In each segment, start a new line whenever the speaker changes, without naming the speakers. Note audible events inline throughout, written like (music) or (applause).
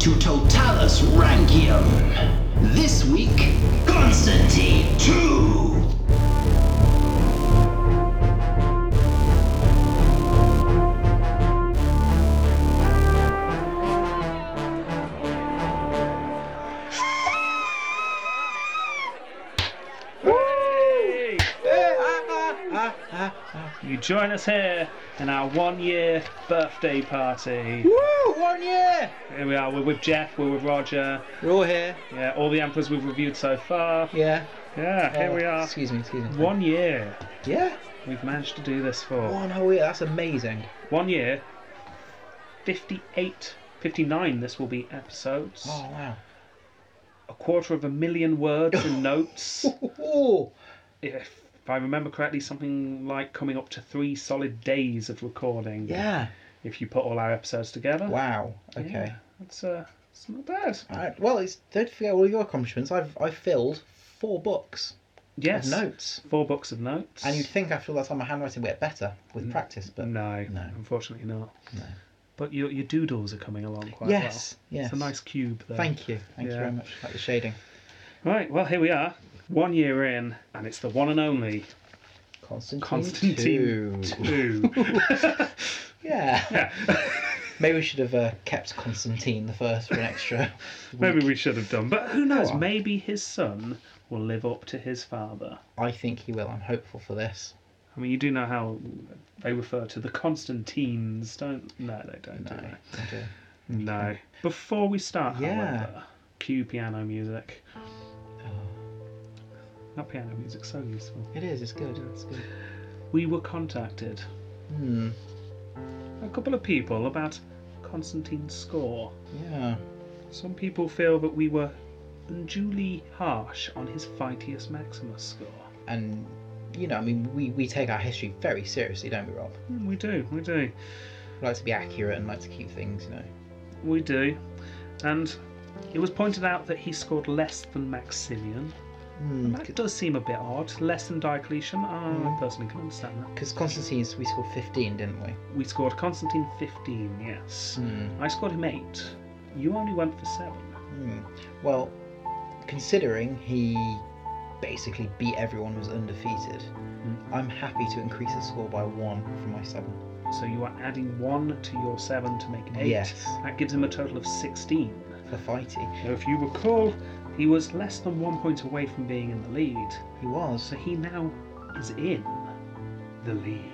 to Totalis Rankium. This week, Constantine 2.
You join us here in our one year birthday party.
Woo! One year!
Here we are, we're with Jeff, we're with Roger,
We're all here.
yeah, all the emperors we've reviewed so far.
Yeah.
Yeah, here
Uh,
we are.
Excuse me, excuse me.
One year
Yeah?
we've managed to do this for.
One whole year. That's amazing.
One year, 58, 59 this will be episodes.
Oh, wow.
A quarter of a million words
(laughs)
and notes.
Ooh,
If I remember correctly, something like coming up to three solid days of recording.
yeah.
If you put all our episodes together.
Wow. Okay.
Yeah, that's, uh, it's not bad.
All right. Well, it's, don't forget all your accomplishments. I've I filled four books of
Yes.
notes.
Four books of notes.
And you'd think after all that time my handwriting would get better with practice, but
No,
No.
unfortunately not.
No.
But your, your doodles are coming along quite well.
yes, yes.
It's a nice cube there.
Thank you. Thank
Yeah.
you very much. Like the shading.
Right, well, here we are. One year in, and it's the one and only
Constantine.
Constantine
2.
2.
(laughs) Yeah.
yeah.
Maybe we should have uh, kept Constantine the first for an extra.
Maybe we should have done. But who knows?
Go on.
Maybe his son will live up to his father.
I think he will. I'm hopeful for this.
I mean, you do know how they refer to the Constantines, don't No, they don't, do
No.
they?
Okay.
No. Before we start,
Yeah.
however, cue piano music. That piano music's so useful.
It is. It's good. It's good.
We were contacted,
Hmm.
a couple of people, about Constantine's score.
Yeah.
Some people feel that we were unduly harsh on his Phytius Maximus score.
And you know, I mean, we we take our history very seriously, don't we, Rob?
Mm, We do, we do,
We like to be accurate and like to keep things, you know.
we do. And it was pointed out that he scored less than Maximian.
Hmm.
That does seem a bit odd. Less than Diocletian. Ah, I personally can understand that.
Because Constantine's we scored 15, didn't we?
We scored Constantine 15, yes.
Hmm.
I scored him 8. You only went for 7.
Hmm. Well, considering he basically beat everyone who was undefeated,
Hmm.
I'm happy to increase the score by one from my seven.
So you are adding 1 to your 7 to make 8.
Yes.
That gives him a total of 16.
For fighty,
Now, if you recall, he was less than 1 point away from being in the lead.
he was
So he now is in the lead.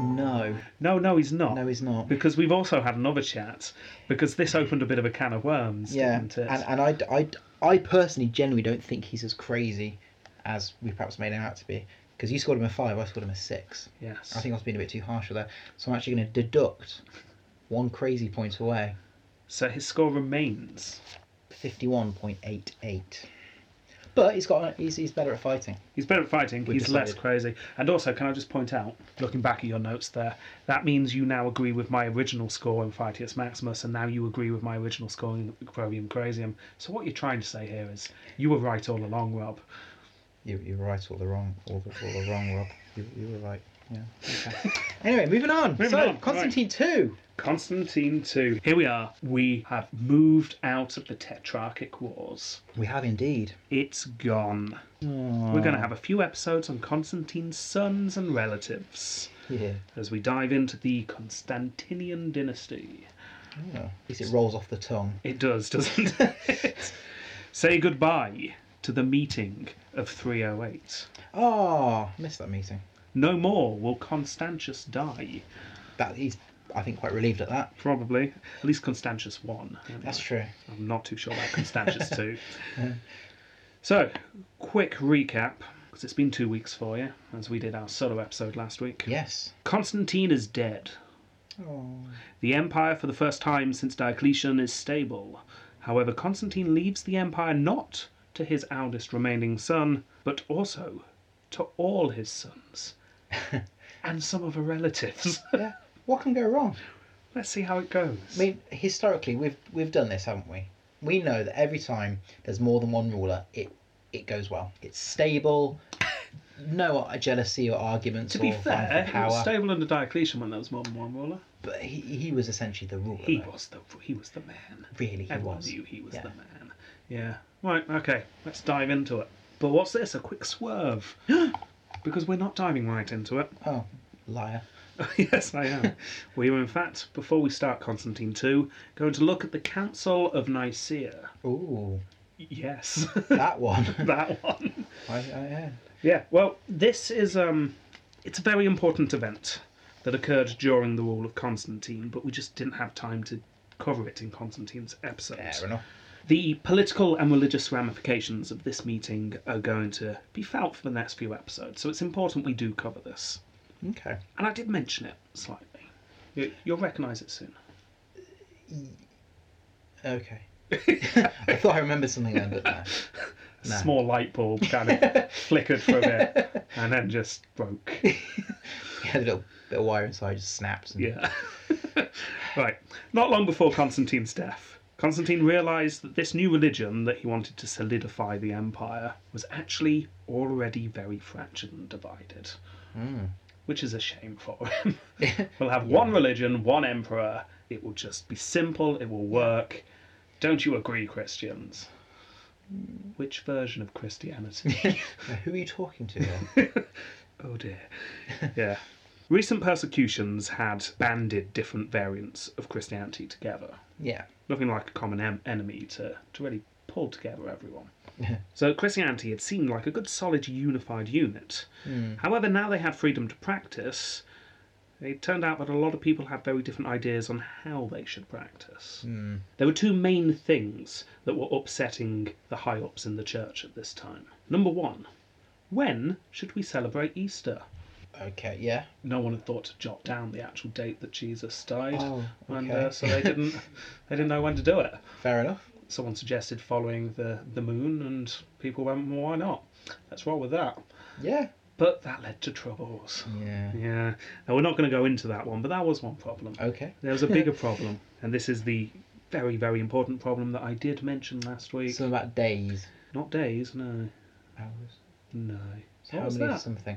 no,
No, no, he's not.
no, he's not.
because we've also had another chat, because this opened a bit of a can of worms,
Yeah,
didn't
and
it?
and I, I, I personally genuinely don't think he's as crazy as we perhaps made him out to be. Because you scored him a five, I scored him a six.
yes.
I think I was being a bit too harsh with that, so I'm actually going to deduct one crazy point away.
So his score remains.
51.88. But he's got he's, he's better at fighting.
He's better at fighting,
We've
he's less
decided.
crazy. And also, can I just point out, looking back at your notes there, that means you now agree with my original score in Phytius Maximus, and now you agree with my original score in Aquarium Crasium. So what you're trying to say here is you were right all along, Rob.
You you were right all the wrong all the, all the wrong Rob. You, you were right. Yeah. Okay. anyway, moving on.
Moving
so
on, right.
Constantine two.
Constantine 2. Here we are. We have moved out of the Tetrarchic Wars.
We have indeed.
It's gone. We're going to have a few episodes on Constantine's sons and relatives
Yeah.
as we dive into the Constantinian dynasty.
yeah. At least it rolls off the tongue.
It does, doesn't
(laughs)
it? Say goodbye to the meeting of 308.
Ah, missed that meeting.
No more will Constantius die.
That he's I think quite relieved at that.
Probably. At least Constantius 1.
That's true.
I'm not too sure about Constantius 2.
(laughs)
So, quick recap, because it's been two weeks for you, as we did our solo episode last week.
Yes.
Constantine is dead.
Oh.
The empire, for the first time since Diocletian, is stable. However, Constantine leaves the empire not to his eldest remaining son, but also to all
(laughs)
his sons and some of her relatives. (laughs)
Yeah. What can go wrong?
Let's see how it goes.
I mean, historically, we've we've done this, haven't we? We know
(laughs)
that every time there's more than one ruler, it it goes well. It's stable. no uh, jealousy or arguments.
To be
or fight
fair,
for
he was
power,
stable under Diocletian when there was more than one ruler.
but he, he was essentially the ruler.
He
though.
was the he was the man.
Really, he
Everyone
was.
knew he was
Yeah.
the man. Yeah. Right. Okay. Let's dive into it. But what's this? A
(gasps)
quick swerve. because we're not diving right into it.
Oh, liar.
(laughs) yes, I am. we are, in fact, before we start Constantine II, going to look at the Council of Nicaea.
Ooh,
Yes,
that one.
(laughs) that one.
I, I, yeah.
Yeah, well, this is um, it's a very important event that occurred during the rule of Constantine, but we just didn't have time to cover it in Constantine's episode.
Fair enough.
The political and religious ramifications of this meeting are going to be felt for the next few episodes, so it's important we do cover this.
Okay.
And I did mention it slightly. You, you'll recognise it soon.
Okay. I thought I remembered something then, but no.
(laughs)
No.
Small light bulb kind of flickered for a bit and then just broke.
He had a little bit of wire inside, just snapped. And
Yeah. (laughs) right. Not long before Constantine's death, Constantine realised that this new religion that he wanted to solidify the empire was actually already very fractured and divided,
Mm.
which is a shame for him. we'll have one religion, one emperor. It will just be simple, it will work. Don't you agree, Christians? Which version of Christianity?
Now, who are you talking to?
(laughs)
There?
Oh dear. (laughs) yeah. Recent persecutions had banded different variants of Christianity together.
yeah.
Nothing like a common em- enemy to, to really pull together everyone. So Christianity had seemed like a good, solid, unified unit.
Mm.
However, now they had freedom to practice, it turned out that a lot of people had very different ideas on how they should practice.
Mm.
There were two main things that were upsetting the high ups in the church at this time. Number one, when should we celebrate Easter?
Okay. Yeah.
no one had thought to jot down the actual date that Jesus died,
Oh,
and
okay.
uh, so they didn't they didn't know when to do it.
(laughs) Fair enough.
Someone suggested following the the moon, and people went, well, "Why not? Let's roll with that."
Yeah.
But that led to troubles.
Yeah.
Yeah, now we're not going to go into that one, but that was one problem.
Okay.
There was
(laughs)
a bigger problem, and this is the very very important problem that I did mention last week.
Something about days,
not days, no,
hours,
no.
how
What was
many
that?
something.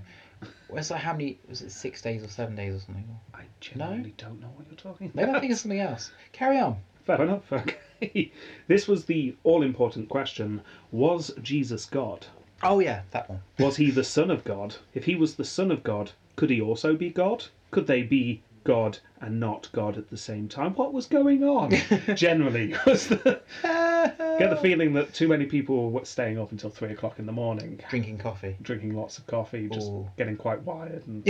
Was like how many? Was it six days or seven days or something?
I genuinely don't know what you're talking about.
Maybe I think it's something else. Carry on.
Fair enough. (laughs) Okay. This was the all important question Was Jesus God?
Oh yeah, that (laughs) one.
Was he the Son of God? If he was the Son of God, could he also be God? Could they be God and not God at the same time? What was going on? Generally, (laughs) was the, get the feeling that too many people were staying up until three o'clock in the morning,
Drinking (laughs) coffee.
drinking lots of coffee, just
Ooh.
getting quite wired and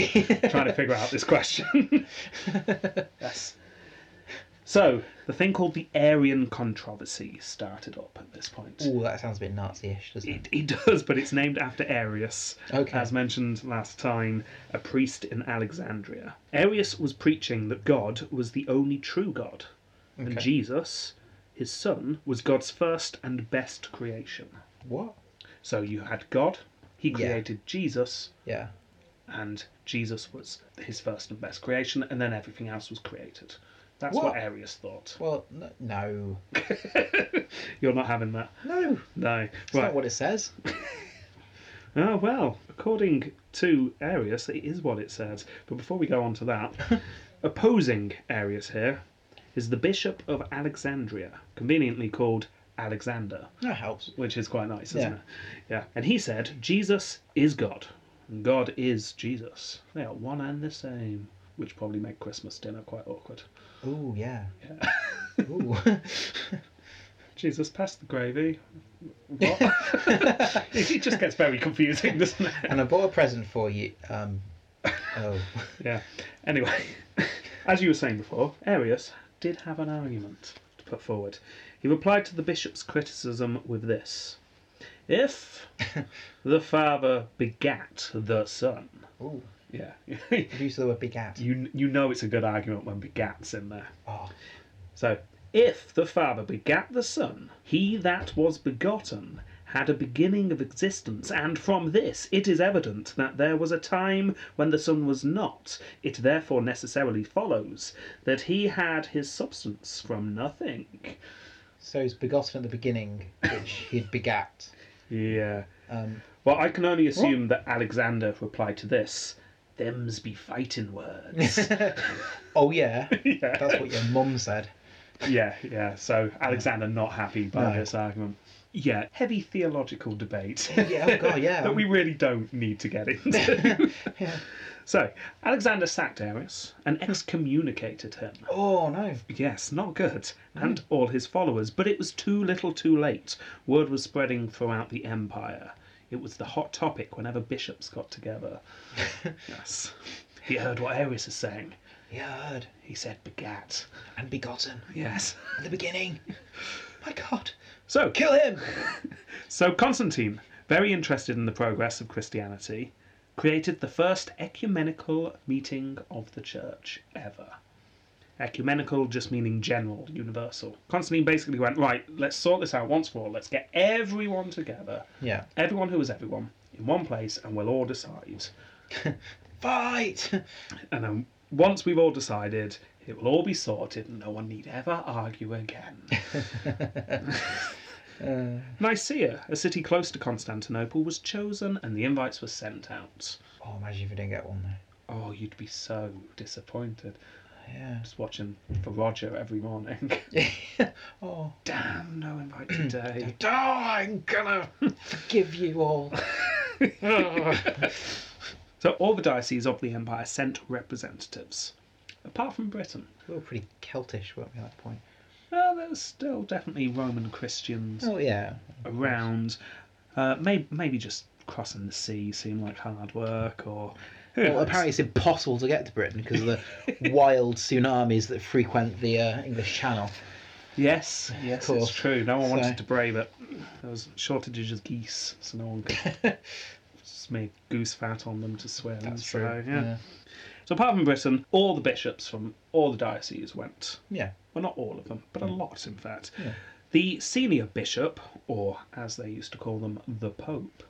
trying to figure out this question. (laughs) yes. So, the thing called the Arian controversy started up at this point.
Oh, that sounds a bit Nazi-ish, doesn't it?
It, it does, but it's named after Arius,
Okay.
as mentioned last time, a priest in Alexandria. Arius was preaching that God was the only true God, and
Okay.
Jesus, his son, was God's first and best creation.
What?
So you had God, he
Yeah.
created Jesus,
Yeah.
and Jesus was his first and best creation, and then everything else was created. That's
What?
what, Arius thought.
Well, n- no,
You're not having that.
no.
No.
It's
Right.
not what it says.
Oh, well, according to Arius, it is what it says. But before we go on
(laughs)
to that, opposing Arius here is the Bishop of Alexandria, conveniently called Alexander,
No helps.
which is quite nice, isn't
Yeah.
it? Yeah. And he said, Jesus is God, and God is Jesus. They are one and the same, which probably made Christmas dinner quite awkward.
Ooh, yeah. Ooh. (laughs)
Jesus, pass the gravy.
(laughs)
What? (laughs) it just gets very confusing, doesn't it?
and I bought a present for you. Um. Oh. (laughs)
Yeah. Anyway, (laughs) as you were saying before, Arius did have an argument to put forward. He replied to the bishop's criticism with this If the father begat the son.
Ooh.
Yeah. (laughs)
Use of the word begat.
you, you know it's a good argument when begat's in there.
Oh.
So, if the father begat the son, he that was begotten had a beginning of existence, and from this it is evident that there was a time when the son was not. It therefore necessarily follows that he had his substance from nothing.
So he's begotten at the beginning, which he'd begat.
Yeah.
Um,
Well, I can only assume that Alexander replied to this. Them's be fighting words.
oh yeah,
(laughs) yeah.
that's what your mum said.
Yeah, yeah. So Alexander not happy by
No.
this argument. Yeah, heavy theological debate.
Yeah, oh god, yeah.
(laughs) that we really don't need to get into.
(laughs) Yeah.
so Alexander sacked Arius and excommunicated him.
Oh no. (laughs)
Yes, not
Mm.
good. And all his followers. But it was too little too late. Word was spreading throughout the empire. It was the hot topic whenever bishops got together. yes. He heard what Arius is saying.
He heard
He said, begat.
and begotten (laughs)
Yes.
at the beginning. My god,
So,
kill him.
so Constantine, very interested in the progress of Christianity, created the first ecumenical meeting of the church ever. Ecumenical just meaning general, universal. Constantine basically went, right, let's sort this out once for all. Let's get everyone together,
Yeah.
everyone who is everyone, in one place, and we'll all decide.
Fight. (laughs)
And then once we've all decided, it will all be sorted and no one need ever argue again.
Uh,
Nicaea, a city close to Constantinople, was chosen and the invites were sent out.
Oh, imagine if we didn't get one though.
Oh, you'd be so disappointed.
Yeah. (laughs)
Just watching for Roger every morning. (laughs)
oh.
Damn, no
(clears throat)
invite today.
Oh, I'm gonna forgive you all. (laughs)
so all the dioceses of the empire sent representatives, apart from Britain.
We were pretty Celtish, weren't we, at that point?
Well, there was still definitely Roman Christians
Oh, yeah.
around. Uh, maybe, maybe just crossing the sea seemed like hard work, or who
Well,
knows?
apparently it's impossible to get to Britain because of the wild tsunamis that frequent the uh, English Channel.
Yes, yes,
course.
it's true. No one
So-
wanted to brave it. There was shortages of geese, so no
(laughs)
one could smear goose fat on them to swim. so, Yeah. So apart from Britain, all the bishops from all the dioceses went.
Yeah.
Well, not all of them, but a lot, in fact.
Hmm. Yeah.
The senior bishop, or as they used to call them,
(laughs)
the Pope,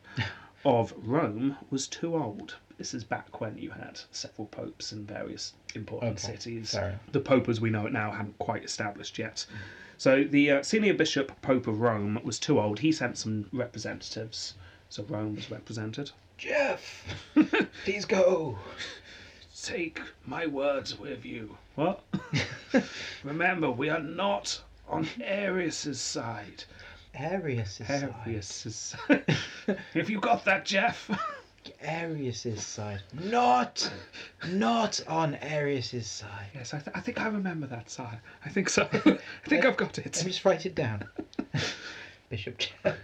of Rome was too old. This is back when you had several popes in various important
Okay,
cities.
fair. Hmm.
The Pope, as we know it now, hadn't quite established yet. So the uh, senior bishop, Pope of Rome, was too old. He sent some representatives. So Rome was represented.
Jeff, please go.
Take my words with you. What? (laughs) Remember, we are not on Arius's side.
Arius is side.
Arius's side. (laughs) Have you got that, Jeff? (laughs)
Arius's side. Not, not on Arius's side.
yes, I, th- I think I remember that side. I think so. (laughs) I think I've got
Let
it.
me just write it down. Bishop Jeff.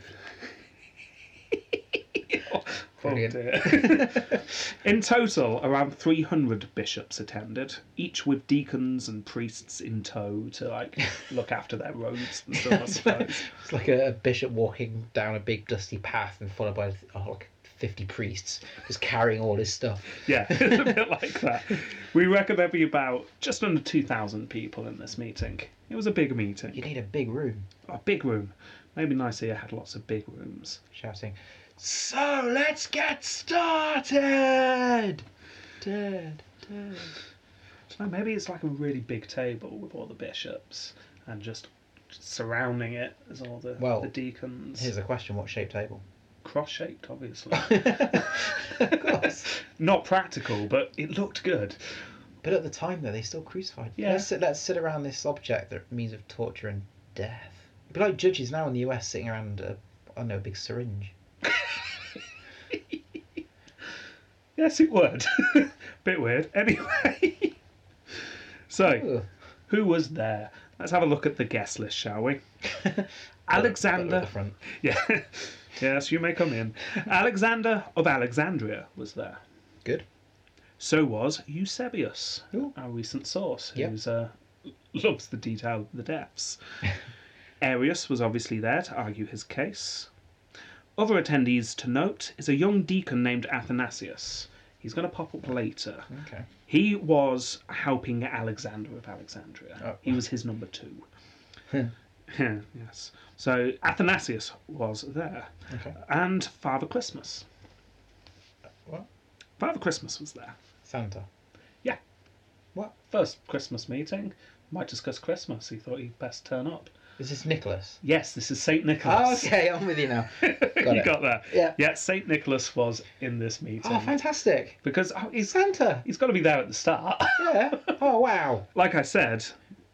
Oh,
(laughs) Brilliant.
dear. (laughs) in total, around 300 bishops attended, each with deacons and priests in tow to like look after their robes and
(laughs)
stuff. I
it's like,
suppose.
it's like a, bishop walking down a big dusty path and followed by oh, like 50 priests just carrying all his stuff.
Yeah, (laughs) it's a bit like that. We reckon there'd be about just under 2,000 people in this meeting. It was a big
You
meeting,
need a big room
a big room. Maybe Nicaea had lots of big rooms.
shouting, So let's get started! Dead, dead.
No, maybe it's like a really big table with all the bishops and just surrounding it is all the,
Well,
the deacons.
Here's a question what shape table?
Cross shaped, obviously.
(laughs) of course.
Not practical, but it looked good.
But at the time, though, they still crucified.
Yeah.
Let's sit, let's sit around this object that means of torture and death. It'd be like judges now in the US sitting around a, I don't know, a big syringe.
Yes, it would. (laughs) Bit weird. Anyway. (laughs) so,
Ooh.
who was there? Let's have a look at the guest list, shall we? (laughs)
Oh,
Alexander.
At the front.
(laughs) Yeah. yes, you may come in. Alexander of Alexandria was there.
Good.
So was Eusebius,
Ooh.
our recent source,
Yep.
who's uh, (laughs) loves the detail of
(laughs)
the deaths. Arius was obviously there to argue his case. Other attendees to note is a young deacon named Athanasius. He's going to pop up later.
Okay.
He was helping Alexander of Alexandria.
Oh.
He was his number two. (laughs) yes. So Athanasius was there.
Okay.
And Father Christmas.
What?
Father Christmas was there.
Santa.
Yeah.
What?
First Christmas meeting. Might discuss Christmas. He thought he'd best turn up.
Is this Nicholas?
Yes, this is Saint
Oh,
Nicholas.
okay, I'm with you now.
(laughs)
Got
you
it.
got that.
Yeah.
Yeah, Saint Nicholas was in this meeting
Oh, fantastic.
because oh, he's
Santa.
he's got to be there at the start.
(laughs) Yeah. Oh, wow.
like I said,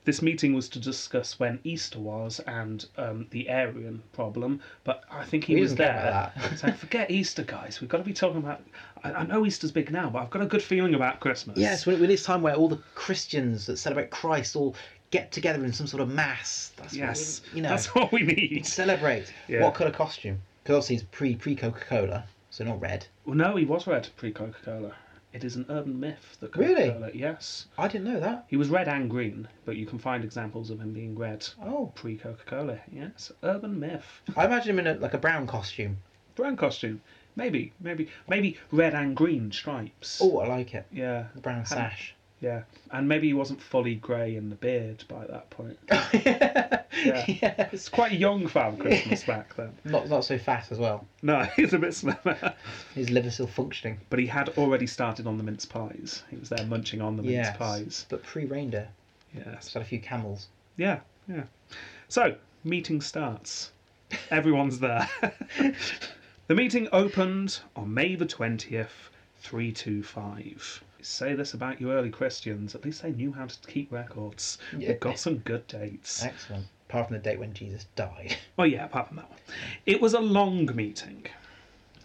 this meeting was to discuss when Easter was and um, the Aryan problem, but I think he
We
was
didn't care
there.
about that.
so forget Easter, guys. We've got to be talking about. I, I know Easter's big now, but I've got a good feeling about Christmas.
Yes, when, when it's time where all the Christians that celebrate Christ all get together in some sort of mass. That's
Yes.
What we, you know,
That's what we need.
celebrate.
Yeah.
What colour costume? Because obviously it's pre pre Coca Cola, so not red.
Well, no, he was red pre Coca Cola. It is an urban myth that Coca
Really?
Cola. Yes.
I didn't know that.
He was red and green, but you can find examples of him being red
Oh,
pre Coca Cola. Yes. Urban myth.
I imagine him in a, like a brown costume.
Brown costume. Maybe, maybe, maybe red and green stripes.
Oh, I like it.
Yeah.
The brown
(laughs)
sash. (laughs)
Yeah, and maybe he wasn't fully grey in the beard by that point.
Yes.
It's quite a young
(laughs)
Father Christmas back then.
Not not so fat as well.
No, (laughs) he's a bit slimmer.
His liver's still functioning.
But he had already started on the mince pies. He was there munching on the
Yes.
mince pies.
But pre reindeer. Just
Yes.
had a few camels.
Yeah, yeah. So, meeting starts. Everyone's there. (laughs) the meeting opened on May the 20th, 325. Say this about you early Christians, at least they knew how to keep records.
Yeah.
We've got some good dates.
Excellent. Apart from the date when Jesus died. (laughs)
Oh yeah, apart from that one. It was a long meeting.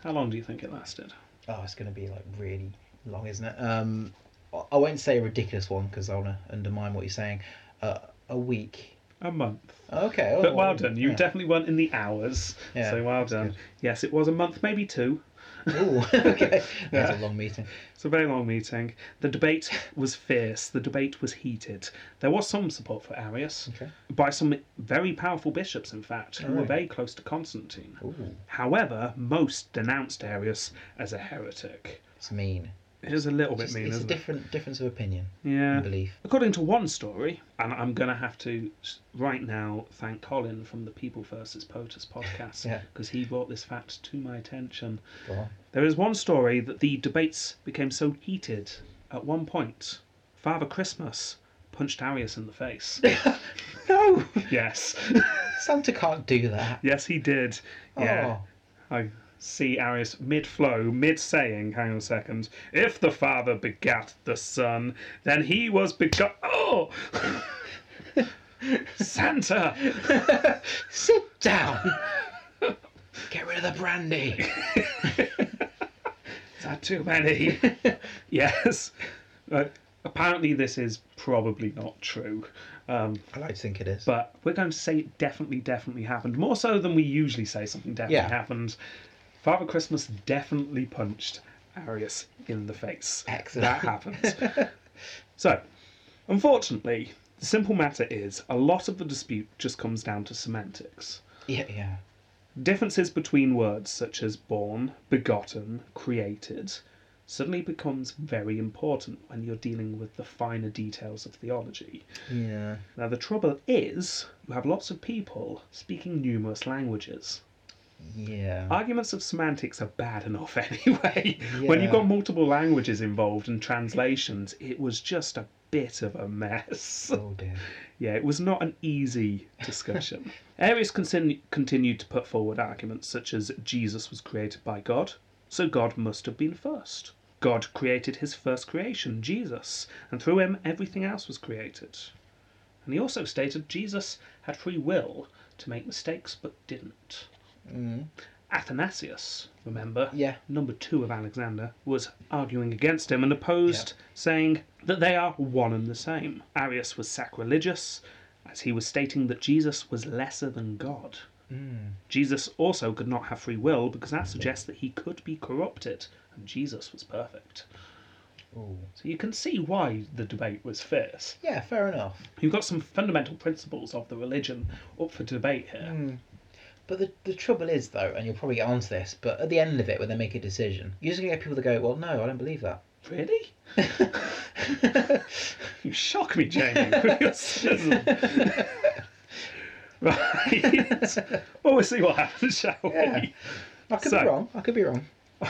How long do you think it lasted?
Oh, it's going to be like really long, isn't it? Um, I- I won't say a ridiculous one because I want to undermine what you're saying. Uh, a week.
A month.
Okay. oh,
But well done. You
yeah.
definitely weren't in the hours.
Yeah,
so well
that's
done.
good.
Yes, it was a month, maybe two.
Ooh, (laughs)
(laughs)
okay. That's a long meeting.
It's a very long meeting. The debate was fierce. The debate was heated. There was some support for Arius
Okay.
by some very powerful bishops, in fact, who were
Alright.
very close to Constantine.
Ooh,
However, most denounced Arius as a heretic.
it's mean.
It is a little bit
It's,
mean,
it's a
isn't it?
different difference of opinion
Yeah.
and belief.
According to one story, and I'm going to have to s- right now thank Colin from the People versus POTUS
(laughs)
podcast
Yeah.
because he brought this fact to my attention.
Go on.
There is one story that the debates became so heated at one point, Father Christmas punched Arius in
(laughs)
the face. (laughs)
No,
yes,
Santa can't do that.
yes, he did. Yeah,
Oh,
I see Arius mid flow, mid saying, hang on a second, if the Father begat the Son, then he was begot. Oh! (laughs) Santa!
sit down. Get rid of the brandy.
Is that too many? yes. Uh, apparently, this is probably not true. Um,
I like to think it is.
but we're going to say it definitely, definitely happened. More so than we usually say something definitely
Yeah.
happened. Father Christmas definitely punched Arius in the face.
Excellent. (laughs)
That happens. so, unfortunately, the simple matter is a lot of the dispute just comes down to semantics.
yeah, yeah.
Differences between words such as born, begotten, created suddenly becomes very important when you're dealing with the finer details of theology.
Yeah.
Now the trouble is you have lots of people speaking numerous languages.
Yeah.
Arguments of semantics are bad enough (laughs) anyway. When
Yeah.
you've got multiple languages involved and translations, it was just a bit of a mess. (laughs)
Oh dear.
Yeah, it was not an easy discussion. Arius consin- continued to put forward arguments such as Jesus was created by God, so God must have been first. God created his first creation, Jesus, and through him everything else was created. And he also stated Jesus had free will to make mistakes but didn't.
Mm.
Athanasius, remember,
Yeah.
number two of Alexander, was arguing against him and opposed, saying that they are one and the same. Arius was sacrilegious, as he was stating that Jesus was lesser than God.
Mm.
Jesus also could not have free will because that suggests that he could be corrupted, and Jesus was perfect.
Ooh.
So you can see why the debate was fierce.
Yeah, fair enough.
You've got some fundamental principles of the religion up for debate here.
But the, the trouble is, though, and you'll probably get onto this, but at the end of it, when they make a decision, you're just going to get people that go, well, no, I don't believe that. (laughs)
Really? you shock me, Jamie, with your cynicism. right. well, we'll see what happens, shall
Yeah.
we?
I could
So-
be wrong. I could be wrong. (laughs)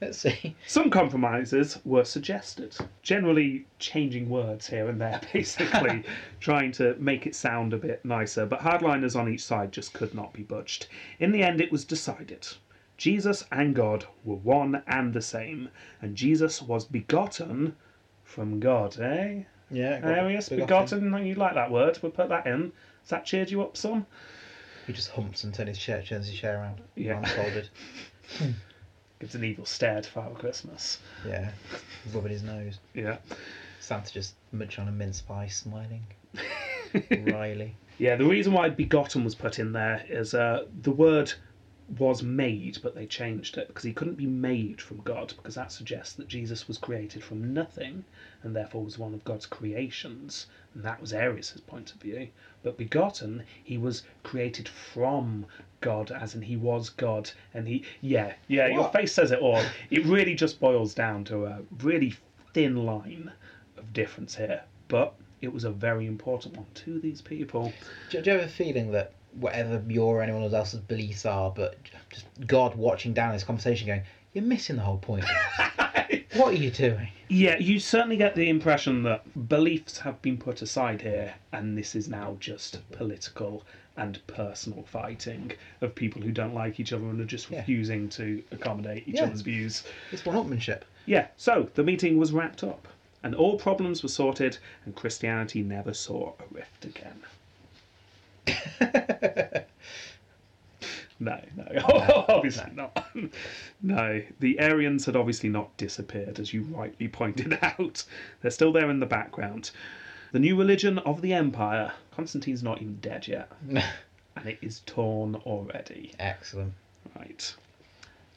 Let's see.
Some compromises were suggested, generally changing words here and there, (laughs) basically, trying to make it sound a bit nicer, but hardliners on each side just could not be budged. In the end, it was decided Jesus and God were one and the same, and Jesus was begotten from God, eh?
Yeah.
There we is, begotten. You like that word? We'll put that in. Has that cheered you up some?
He just humps and turns his chair, turns his chair around.
Yeah.
Arms
(laughs)
folded.
Gives an evil stare to Father Christmas.
Yeah. Rubbing his nose.
Yeah.
Santa just munching on a mince pie,
(laughs)
smiling. Riley.
Yeah, the reason why begotten was put in there is uh, the word was made, but they changed it because he couldn't be made from God because that suggests that Jesus was created from nothing and therefore was one of God's creations. And that was Arius's point of view. But begotten, he was created from God, as in he was God. And he, yeah, yeah, your
What?
face says it all. It really just boils down to a really thin line of difference here. But it was a very important one to these people.
Do, do you have a feeling that whatever your or anyone else's beliefs are, but just God watching down this conversation going, you're missing the whole point. (laughs) what are you doing?
Yeah, you certainly get the impression that beliefs have been put aside here, and this is now just political and personal fighting of people who don't like each other and are just
Yeah.
refusing to accommodate each
Yeah.
other's views.
It's (laughs) one-upmanship.
Yeah, so the meeting was wrapped up, and all problems were sorted, and Christianity never saw a rift again. No, no, (laughs) obviously not. no, the Aryans had obviously not disappeared, as you rightly (laughs) pointed out. They're still there in the background. The new religion of the Empire, Constantine's not even dead yet, and it is torn already.
Excellent.
Right.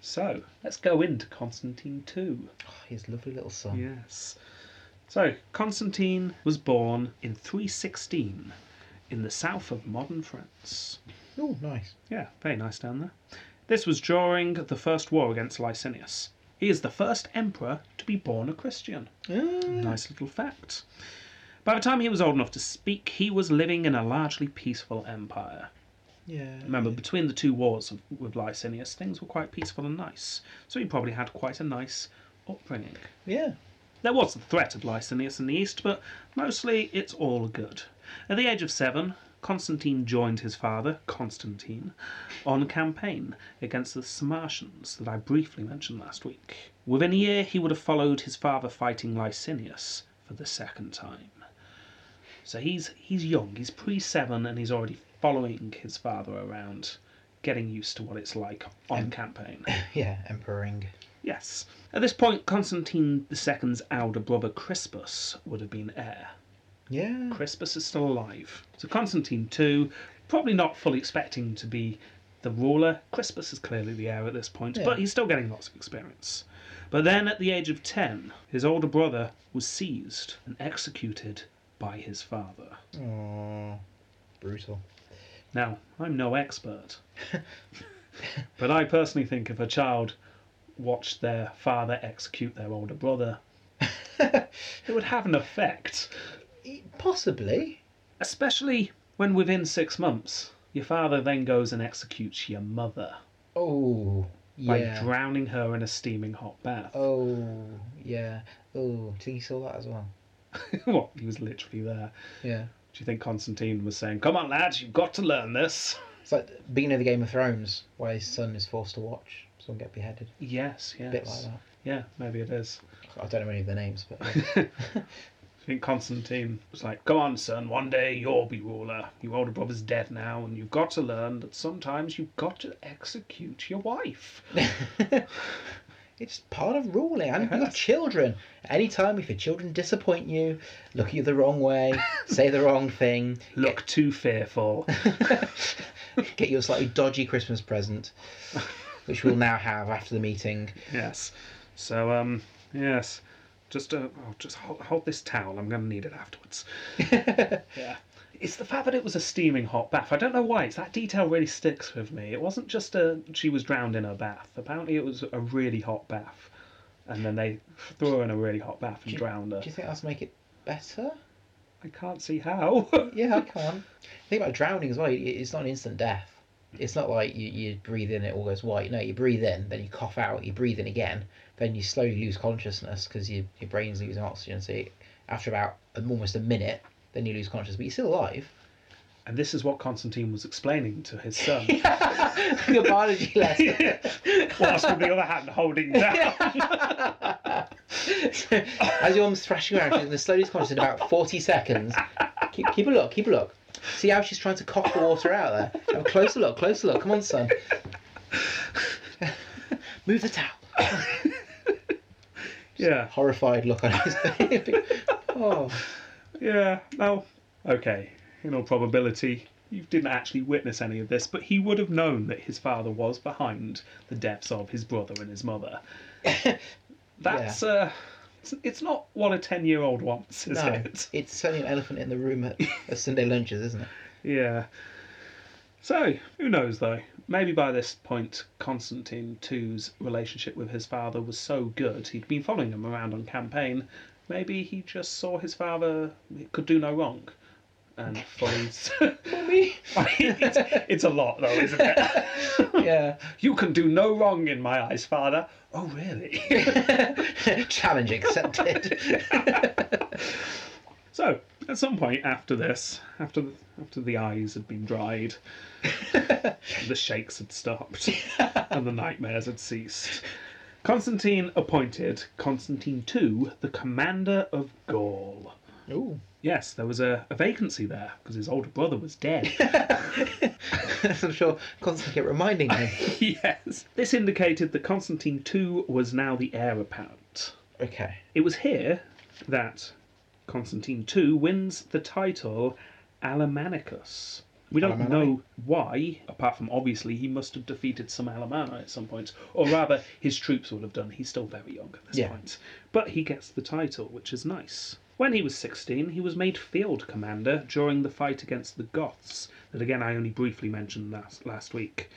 So, let's go into Constantine 2.
Oh, his lovely little son.
Yes. So, Constantine was born in 316 in the south of modern France.
Oh, nice.
Yeah, very nice down there. This was during the first war against Licinius. He is the first emperor to be born a Christian.
Uh,
Nice little fact. By the time he was old enough to speak, he was living in a largely peaceful empire.
yeah.
Remember, between the two wars of, with Licinius, things were quite peaceful and nice, so he probably had quite a nice upbringing.
Yeah.
There was the threat of Licinius in the east, but mostly it's all good. At the age of seven, Constantine joined his father, Constantine, on campaign against the Sarmatians that I briefly mentioned last week. Within a year, he would have followed his father fighting Licinius for the second time. So he's he's young, he's pre seven, and he's already following his father around, getting used to what it's like on campaign.
Yeah, emperoring.
Yes. At this point, Constantine II's elder brother Crispus would have been heir.
Yeah.
Crispus is still alive. So Constantine II, probably not fully expecting to be the ruler. Crispus is clearly the heir at this point,
Yeah.
but he's still getting lots of experience. But then at the age of 10, his older brother was seized and executed by his father.
Aw, brutal. (laughs)
Now, I'm no expert, but I personally think if a child watched their father execute their older brother, it would have an effect,
E- Possibly.
especially when within six months your father then goes and executes your mother
Oh.
by
Yeah.
drowning her in a steaming hot bath. (laughs)
oh. Yeah. Oh. Did he saw that as well?
what? He was literally there.
Yeah.
Do you think Constantine was saying, "Come on, lads, you've got to learn this"?
It's like the beginning of the Game of Thrones, where his son is forced to watch someone get beheaded.
Yes, yes,
A bit like that.
yeah, maybe it is. (laughs)
I don't know any of the names, but (laughs) yeah.
I think Constantine was like, Come on, son, one day you'll be ruler. Your older brother's dead now, and you've got to learn that sometimes you've got to execute your wife.
it's part of ruling. And your children. Anytime if your children disappoint you, look at you the wrong
(laughs)
way, say the wrong thing,
Look too fearful.
(laughs) get you a slightly dodgy Christmas present, which we'll now have after the meeting.
yes. So, um, yes. Just, uh, oh, just hold, hold this towel. I'm going to need it afterwards. yeah. It's the fact that it was a steaming hot bath. I don't know why. It's that detail really sticks with me. It wasn't just a she was drowned in her bath. Apparently, it was a really hot bath, and then they threw her in a really hot bath
Do
and
you-
drowned her.
Do you think that's make it better?
I can't see how. (laughs)
Yeah, I can. Think about drowning as well. it- It's not an instant death. It's not like you, you breathe in, it all goes white. No, you breathe in, then you cough out, you breathe in again, then you slowly lose consciousness because your, your brain's losing oxygen. So you, after about um, almost a minute, then you lose consciousness, but you're still alive. (laughs)
And this is what Constantine was explaining to his
(laughs)
son, (laughs)
Your biology lesson.
whilst with the other hand
(laughs)
holding down.
So, (laughs) as your mum's thrashing around, she's going to slowly conscious in about 40 seconds. Keep, keep a look, keep a look. See how she's trying to cough the water out of there. Have a closer look, closer look. Come on, son. (laughs) Move the towel.
Yeah,
Horrified look on his face. (laughs) oh,
yeah. Now, okay, in all probability, you didn't actually witness any of this, but he would have known that his father was behind the deaths of his brother and his mother. That's uh, it's, it's not what a ten-year-old wants, is
no.
it?
It's certainly an elephant in the room at, at Sunday lunches, isn't it?
Yeah. So, who knows though? Maybe by this point, Constantine II's relationship with his father was so good, he'd been following him around on campaign. Maybe he just saw his father could do no wrong. And fully.
Mummy.
(laughs) it's, it's a lot though, isn't it?
Yeah. (laughs)
You can do no wrong in my eyes, father. Oh, really? (laughs)
Challenge accepted.
So, at some point after this, after the, after the eyes had been dried, the shakes had stopped, and the nightmares had ceased, Constantine appointed Constantine II the commander of Gaul.
Ooh.
Yes, there was a, a vacancy there because his older brother was dead.
(laughs)
(laughs)
I'm sure constantly kept reminding him.
yes. This indicated that Constantine II was now the heir apparent.
Okay.
It was here that Constantine II wins the title Alemannicus. We don't
Alemanni?
know why, apart from obviously he must have defeated some Alemanni at some point, or rather his troops would have done. He's still very young at this
Yeah.
point. But he gets the title, which is nice. When he was 16, he was made field commander during the fight against the Goths, that again I only briefly mentioned last, last week,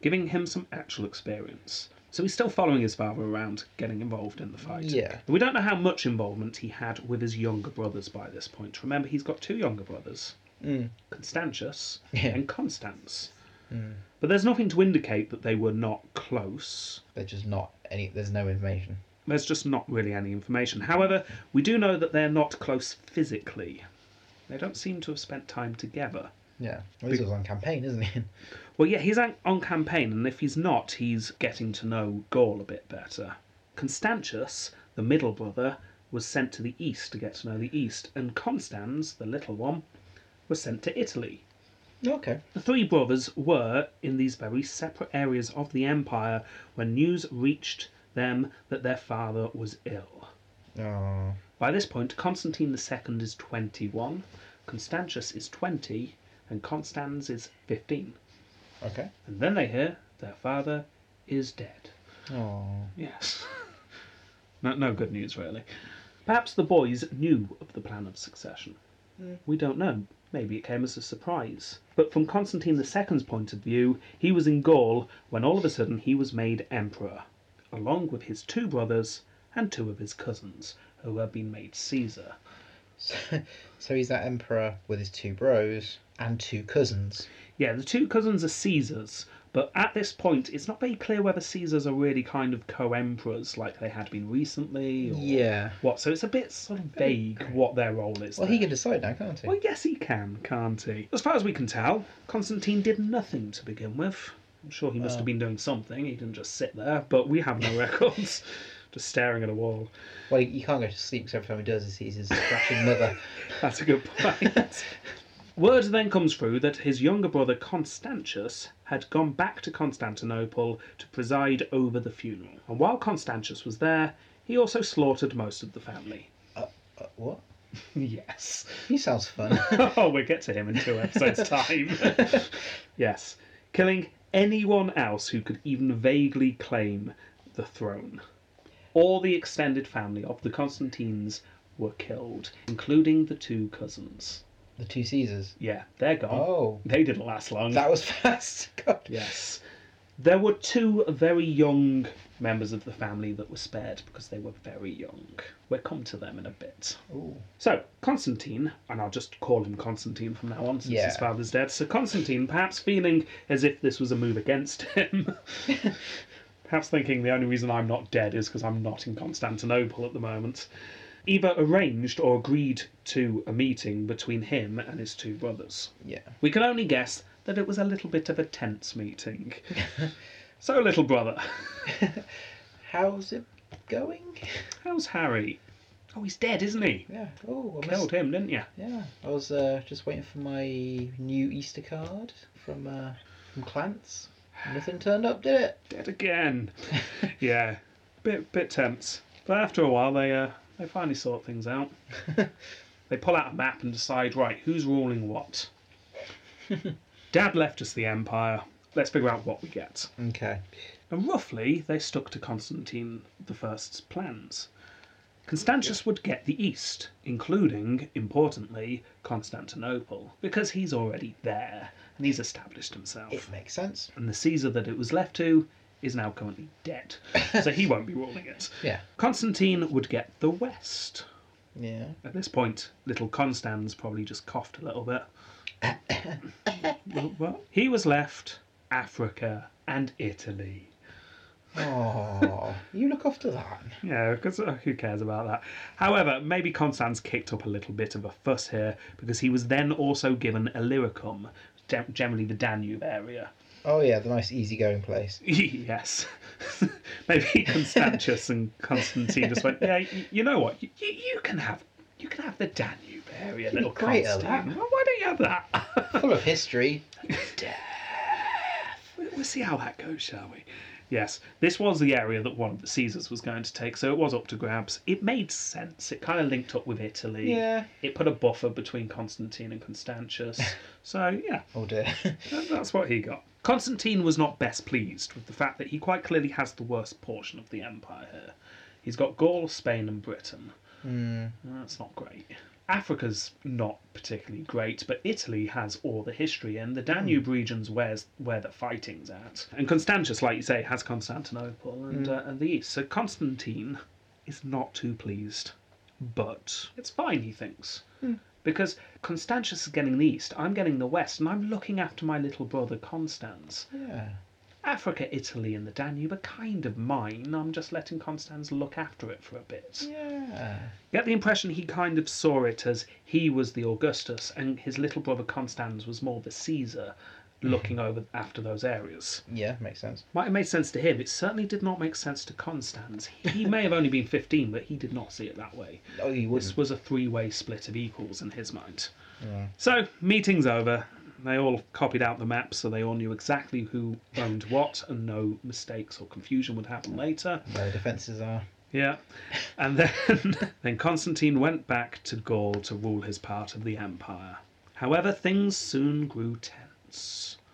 giving him some actual experience. So he's still following his father around, getting involved in the fight.
Yeah.
We don't know how much involvement he had with his younger brothers by this point. Remember, he's got two younger brothers,
Mm.
Constantius
Yeah. Hmm.
and Constance. But there's nothing to indicate that they were not close.
They're just not any. There's no information.
There's just not really any information. However, we do know that they're not close physically. They don't seem to have spent time together.
Yeah. Well, this was on campaign, isn't it? (laughs)
Well, yeah, he's on on campaign, and if he's not, he's getting to know Gaul a bit better. Constantius, the middle brother, was sent to the east to get to know the east, and Constans, the little one, was sent to Italy.
okay.
The three brothers were in these very separate areas of the empire when news reached them that their father was ill.
Oh.
By this point, Constantine II is 21, Constantius is 20, and Constans is 15.
Okay.
And then they hear their father is dead.
Oh.
Yes. (laughs) no, no good news, really. Perhaps the boys knew of the plan of succession. We don't know. Maybe it came as a surprise. But from Constantine II's point of view, he was in Gaul when all of a sudden he was made emperor, along with his two brothers and two of his cousins, who had been made Caesar.
So, so he's that emperor with his two bros and two cousins.
Yeah, the two cousins are Caesars, but at this point, it's not very clear whether Caesars are really kind of co emperors like they had been recently. Or
Yeah.
What? So it's a bit sort of vague what their role is.
Well,
there.
he can decide now, can't he?
Well, yes, he can, can't he? As far as we can tell, Constantine did nothing to begin with. I'm sure he must
Oh.
have been doing something. He didn't just sit there, but we have no (laughs) records. Just staring at a wall.
Well, he, he can't go to sleep because every time he does, he sees his thrashing (laughs) mother.
That's a good point. (laughs) Word then comes through that his younger brother Constantius had gone back to Constantinople to preside over the funeral. And while Constantius was there, he also slaughtered most of the family.
Uh, what?
(laughs) Yes.
He sounds (laughs) fun.
(laughs) oh, we'll get to him in two (laughs)
(laughs)
episodes' time. yes. Killing anyone else who could even vaguely claim the throne. All the extended family of the Constantines were killed, including the two cousins.
the two Caesars.
Yeah, they're gone.
Oh.
They
(laughs)
didn't last long.
That was fast. God.
Yes. There were two very young members of the family that were spared because they were very young. We'll come to them in a bit.
Ooh.
So, Constantine, and I'll just call him Constantine from now on since
Yeah.
his father's dead. So, Constantine, perhaps feeling as if this was a move against (laughs) him, perhaps thinking the only reason I'm not dead is because I'm not in Constantinople at the moment, either arranged or agreed to a meeting between him and his two brothers.
Yeah.
We can only guess that it was a little bit of a tense meeting. so, little brother,
How's it going?
how's Harry? Oh, he's dead, isn't he?
Yeah. Oh, I missed,
Killed him, didn't you?
yeah. I was uh, just waiting for my new Easter card from uh, from Clance. Nothing turned up, did it?
dead again. yeah, bit bit tense. But after a while, they uh, they finally sort things out. they pull out a map and decide right who's ruling what. Dad left us the empire. Let's figure out what we get.
Okay.
And roughly, they stuck to Constantine I's plans. Constantius would get the east, including, importantly, Constantinople, because he's already there and he's established himself
It makes sense.
and the Caesar that it was left to is now currently dead, so he won't be ruling it.
Yeah.
Constantine would get the West.
Yeah.
At this point, little Constans probably just coughed a little bit. Well, well, he was left Africa and Italy.
Oh, (laughs) you look after that.
Yeah, because who cares about that? However, maybe Constans kicked up a little bit of a fuss here because he was then also given Illyricum, gen- generally the Danube area. (laughs)
Oh yeah, the nice easygoing place.
Yes. (laughs) Maybe (laughs) Constantius and Constantine just went, yeah, y- you know what? You, you, you can have you can have the Danube area, little
great at that.
Constantine. Well, why don't you have that? (laughs)
Full of history.
We- we'll see how that goes, shall we? Yes, this was the area that one of the Caesars was going to take, so it was up to grabs. It made sense. It kind of linked up with Italy.
Yeah.
It put a buffer between Constantine and Constantius. so, yeah.
Oh dear. (laughs)
That- That's what he got. Constantine was not best pleased with the fact that he quite clearly has the worst portion of the empire here. He's got Gaul, Spain, and Britain.
Hmm.
Mm. That's not great. Africa's not particularly great, but Italy has all the history, and the Danube region's where's where the fighting's at. And Constantius, like you say, has Constantinople and, uh, and the East. So Constantine is not too pleased, but it's fine, he thinks because Constantius is getting the east, I'm getting the west, and I'm looking after my little brother Constans.
yeah.
Africa, Italy, and the Danube are kind of mine. I'm just letting Constans look after it for a bit.
Yeah.
Get the impression he kind of saw it as he was the Augustus, and his little brother Constans was more the Caesar, looking over after those areas.
Yeah, makes sense.
Might have made sense to him. It certainly did not make sense to Constans. He may have only been 15, but he did not see it that way.
Oh, you
This
wouldn't.
was a three way split of equals in his mind.
Yeah.
So, meeting's over. They all copied out the map so they all knew exactly who owned what and no mistakes or confusion would happen later.
Where the defences are.
Yeah. And then, (laughs) then Constantine went back to Gaul to rule his part of the empire. However, things soon grew tense.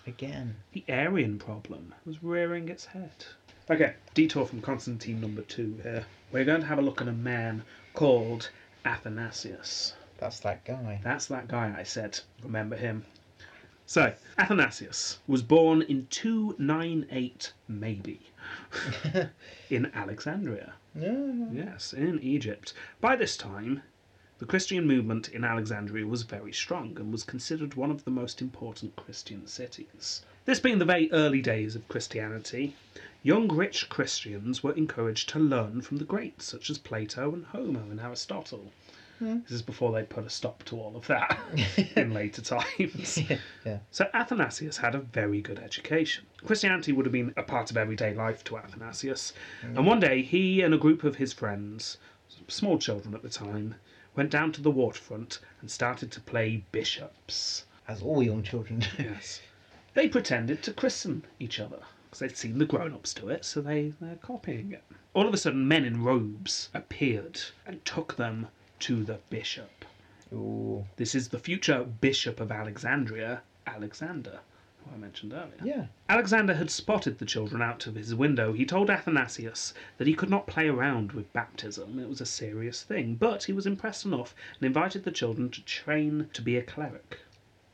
Again.
The Arian problem was rearing its head. Okay, detour from Constantine number two here. We're going to have a look at a man called Athanasius.
That's that guy.
That's that guy I said. Remember him. So, Athanasius was born in 298, maybe, in Alexandria.
Yeah.
Yes, in Egypt. By this time, the Christian movement in Alexandria was very strong and was considered one of the most important Christian cities. This being the very early days of Christianity, young rich Christians were encouraged to learn from the greats such as Plato and Homer and Aristotle. This is before they put a stop to all of that in later times.
Yeah.
So Athanasius had a very good education. Christianity would have been a part of everyday life to Athanasius. And one day he and a group of his friends, small children at the time, went down to the waterfront and started to play bishops.
As all young children do.
Yes. They pretended to christen each other because they'd seen the grown ups do it, so they, they're copying it. All of a sudden, men in robes appeared and took them to the bishop.
Ooh.
This is the future Bishop of Alexandria, Alexander, who I mentioned earlier.
Yeah.
Alexander had spotted the children out of his window. He told Athanasius that he could not play around with baptism, it was a serious thing, but he was impressed enough and invited the children to train to be a cleric.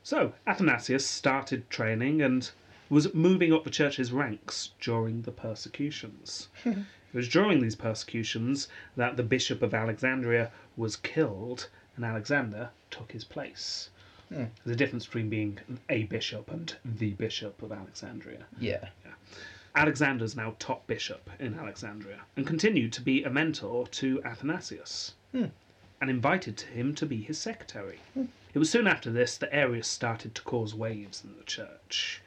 So Athanasius started training, and was moving up the church's ranks during the persecutions. it was during these persecutions that the Bishop of Alexandria was killed and Alexander took his place. There's a difference between being a bishop and the Bishop of Alexandria.
Yeah.
Alexander's now top bishop in Alexandria and continued to be a mentor to Athanasius and invited him to be his secretary. It was soon after this that Arius started to cause waves in the church.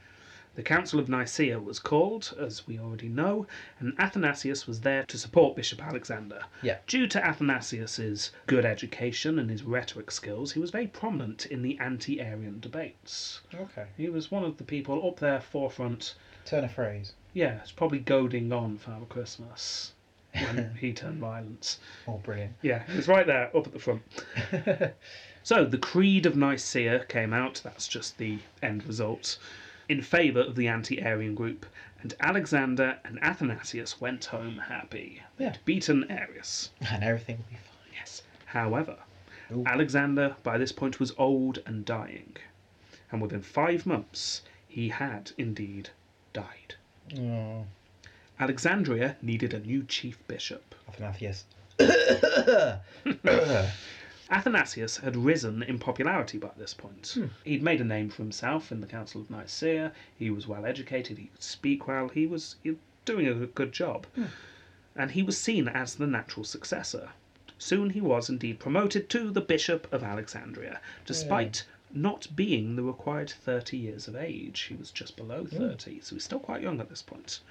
The Council of Nicaea was called, as we already know, and Athanasius was there to support Bishop Alexander.
Yeah.
Due to Athanasius's good education and his rhetoric skills, he was very prominent in the anti-Arian debates.
Okay.
He was one of the people up there forefront
Turn a phrase.
yeah, it's probably goading on Father Christmas
(laughs)
when he turned violent.
Oh, (laughs) brilliant.
Yeah, it's right there, up at the front. so the Creed of Nicaea came out, that's just the end result, in favour of the anti Arian group, and Alexander and Athanasius went home happy. They'd
Yeah.
beaten Arius.
(laughs) And everything will be fine.
Yes. However,
Ooh.
Alexander by this point was old and dying, and within five months he had indeed died.
Oh,
Alexandria needed a new chief bishop.
(coughs) Athanasius.
Athanasius had risen in popularity by this point. He'd made a name for himself in the Council of Nicaea, he was well educated, he could speak well, he was he was doing a good job. And he was seen as the natural successor. Soon he was indeed promoted to the Bishop of Alexandria, despite not being the required 30 years of age. He was just below 30, so he's still quite young at this point.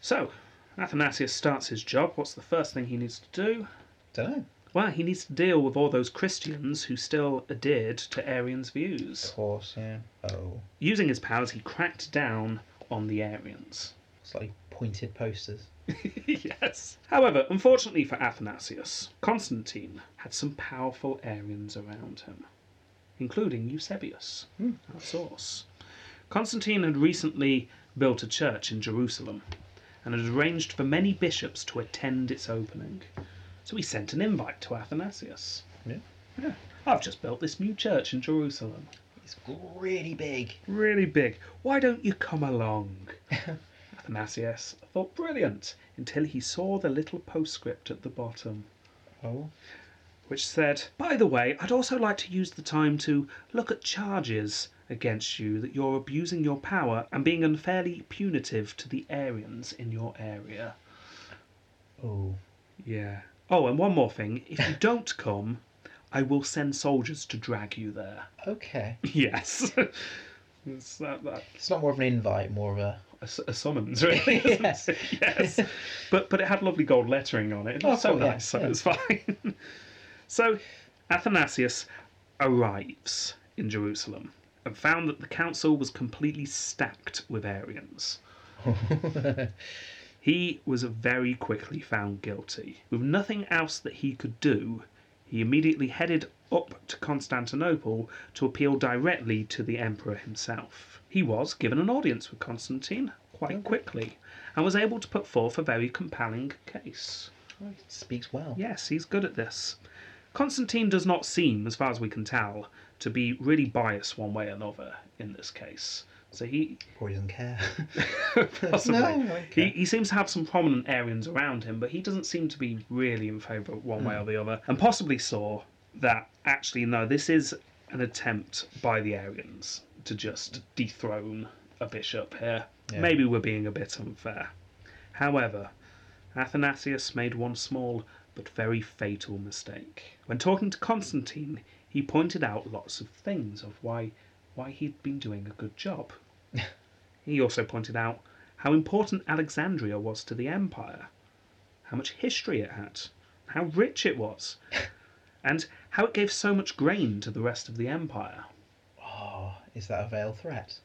So, Athanasius starts his job. What's the first thing he needs to do?
Don't know.
Well, he needs to deal with all those Christians who still adhered to Arian's views.
Of course, yeah. Oh.
Using his powers, he cracked down on the Arians.
Slightly pointed posters.
(laughs) yes. However, unfortunately for Athanasius, Constantine had some powerful Arians around him, including Eusebius, our source. Constantine had recently built a church in Jerusalem and had arranged for many bishops to attend its opening. So he sent an invite to Athanasius.
Yeah.
Yeah. I've just built this new church in Jerusalem.
It's really big.
Really big. Why don't you come (laughs) along? Athanasius thought brilliant until he saw the little postscript at the bottom,
Oh.
which said, By the way, I'd also like to use the time to look at charges against you that you're abusing your power and being unfairly punitive to the Arians in your area.
Oh.
Yeah. Oh, and one more thing if you don't come, I will send soldiers to drag you there.
Okay.
(laughs) Yes. (laughs) It's that, that
It's not more of an invite, more of a. (laughs)
a, s- a summons, (laughs) really. isn't
Yes.
it? yes. But but it had lovely gold lettering on it. It
Oh,
was so
cool, yeah,
nice, so
yeah.
it was (laughs) fine. so Athanasius arrives in Jerusalem and found that the council was completely stacked with Arians. he was very quickly found guilty. With nothing else that he could do, he immediately headed up to Constantinople to appeal directly to the emperor himself. He was given an audience with Constantine quite quickly and was able to put forth a very compelling case.
Speaks well.
Yes, he's good at this. Constantine does not seem, as far as we can tell, to be really biased one way or another in this case. So he
Probably doesn't (laughs) care.
(laughs) possibly
No,
he,
okay.
he seems to have some prominent Arians around him, but he doesn't seem to be really in favour of one way or the other, and possibly saw that actually no, this is an attempt by the Arians to just dethrone a bishop here.
Yeah.
Maybe we're being a bit unfair. However, Athanasius made one small but very fatal mistake. When talking to Constantine, he pointed out lots of things of why why he'd been doing a good job. he also pointed out how important Alexandria was to the empire, how much history it had, how rich it was, and how it gave so much grain to the rest of the empire.
oh, is that a veiled threat? (laughs)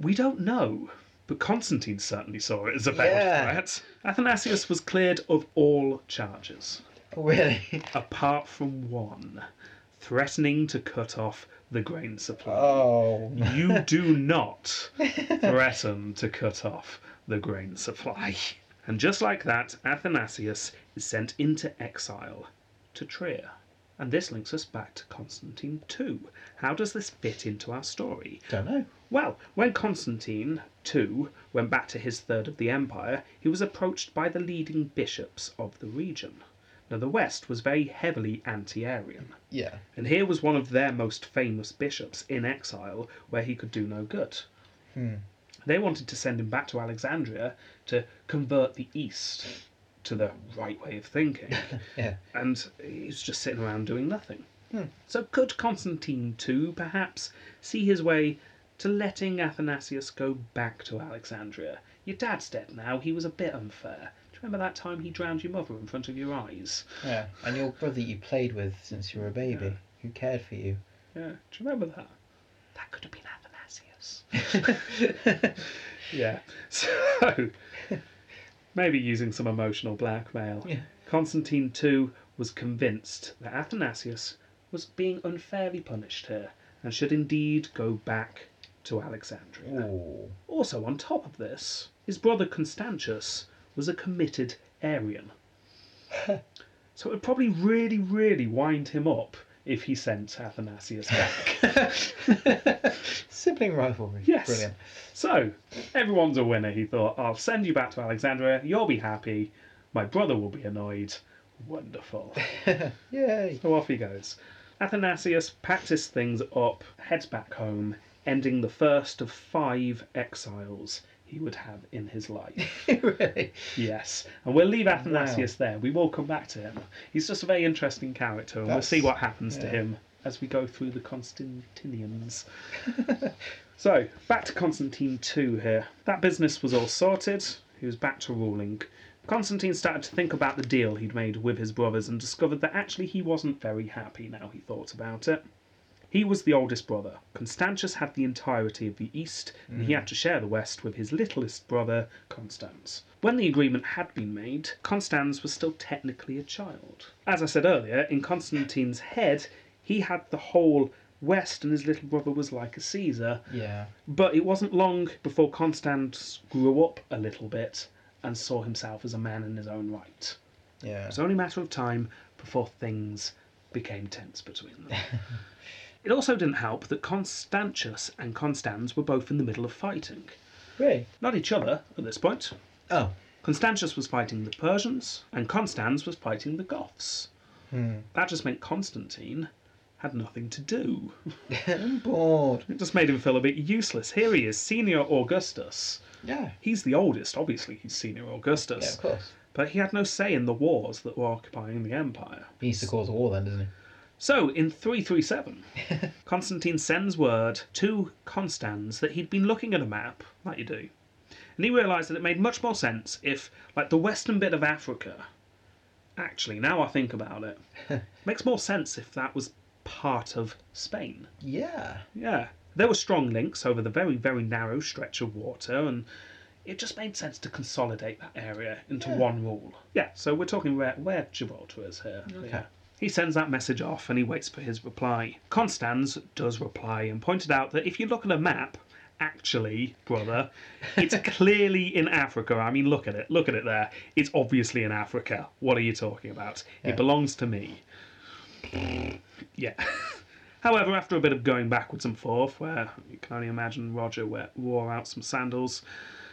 We don't know, but Constantine certainly saw it as a veiled
Yeah.
threat. Athanasius was cleared of all charges,
Oh, really?
apart from one threatening to cut off the grain supply.
Oh.
You do not threaten to cut off the grain supply. And just like that, Athanasius is sent into exile to Trier. And this links us back to Constantine 2. How does this fit into our story?
(laughs) Don't know.
Well, when Constantine II went back to his third of the empire, he was approached by the leading bishops of the region. Now, the West was very heavily anti Arian,
Yeah.
and here was one of their most famous bishops in exile where he could do no good. They wanted to send him back to Alexandria to convert the East to the right way of thinking,
Yeah.
and he's just sitting around doing nothing. So, could Constantine too perhaps see his way to letting Athanasius go back to Alexandria? Your dad's dead now, he was a bit unfair. Do you remember that time he drowned your mother in front of your eyes?
Yeah. And your brother you played with since you were a baby,
Yeah.
who cared for you.
Yeah, do you remember that? That could have been Athanasius. Yeah. (laughs) So maybe using some emotional blackmail.
Yeah.
Constantine II was convinced that Athanasius was being unfairly punished here and should indeed go back to
(laughs)
Alexandria.
Ooh.
Also, on top of this, his brother Constantius was a committed Arian. so it would probably really, really wind him up if he sent Athanasius back.
(laughs) Sibling rivalry.
Yes.
Brilliant.
So, everyone's a winner, he thought. I'll send you back to Alexandria, you'll be happy, my brother will be annoyed. Wonderful.
Yay. (laughs)
so off he goes. Athanasius patches things up, heads back home, ending the first of five exiles he would have in his life.
really?
yes. And we'll leave Athanasius there. We will come back to him. He's just a very interesting character, and
That's-
we'll see what happens to
yeah.
him as we go through the Constantinians. (laughs) So back to Constantine II here. That business was all sorted. He was back to ruling. Constantine started to think about the deal he'd made with his brothers and discovered that actually he wasn't very happy now he thought about it. He was the oldest brother. Constantius had the entirety of the East, and he had to share the West with his littlest brother, Constans. When the agreement had been made, Constans was still technically a child. As I said earlier, in Constantine's head, he had the whole West, and his little brother was like a Caesar,
Yeah.
but it wasn't long before Constance grew up a little bit and saw himself as a man in his own right.
Yeah.
It was only a matter of time before things became tense between them. it also didn't help that Constantius and Constans were both in the middle of fighting.
really?
Not each other at this point.
Oh.
Constantius was fighting the Persians, and Constans was fighting the Goths.
Hmm.
That just meant Constantine had nothing to do.
(laughs)
(laughs)
I'm bored.
It just made him feel a bit useless. Here he is, Senior Augustus.
Yeah.
He's the oldest, obviously, he's Senior
Yeah, of
Augustus,
course.
but he had no say in the wars that were occupying the empire.
He needs to cause a war then, doesn't he?
So, in 337, (laughs) Constantine sends word to Constans that he'd been looking at a map, like you do, and he realised that it made much more sense if, like, the western bit of Africa, actually, now I think about it, makes more sense if that was part of Spain.
Yeah.
Yeah. There were strong links over the very, very narrow stretch of water, and it just made sense to consolidate that area into
Yeah.
one rule. Yeah, so we're talking where, where Gibraltar is here. Yeah. He sends that message off and he waits for his reply. Constans does reply and pointed out that if you look at a map, actually, brother, it's clearly in Africa. I mean, look at it. Look at it there. It's obviously in Africa. What are you talking about?
Yeah.
It belongs to me. Yeah. (laughs) However, after a bit of going backwards and forth, where you can only imagine Roger wet- wore out some sandals,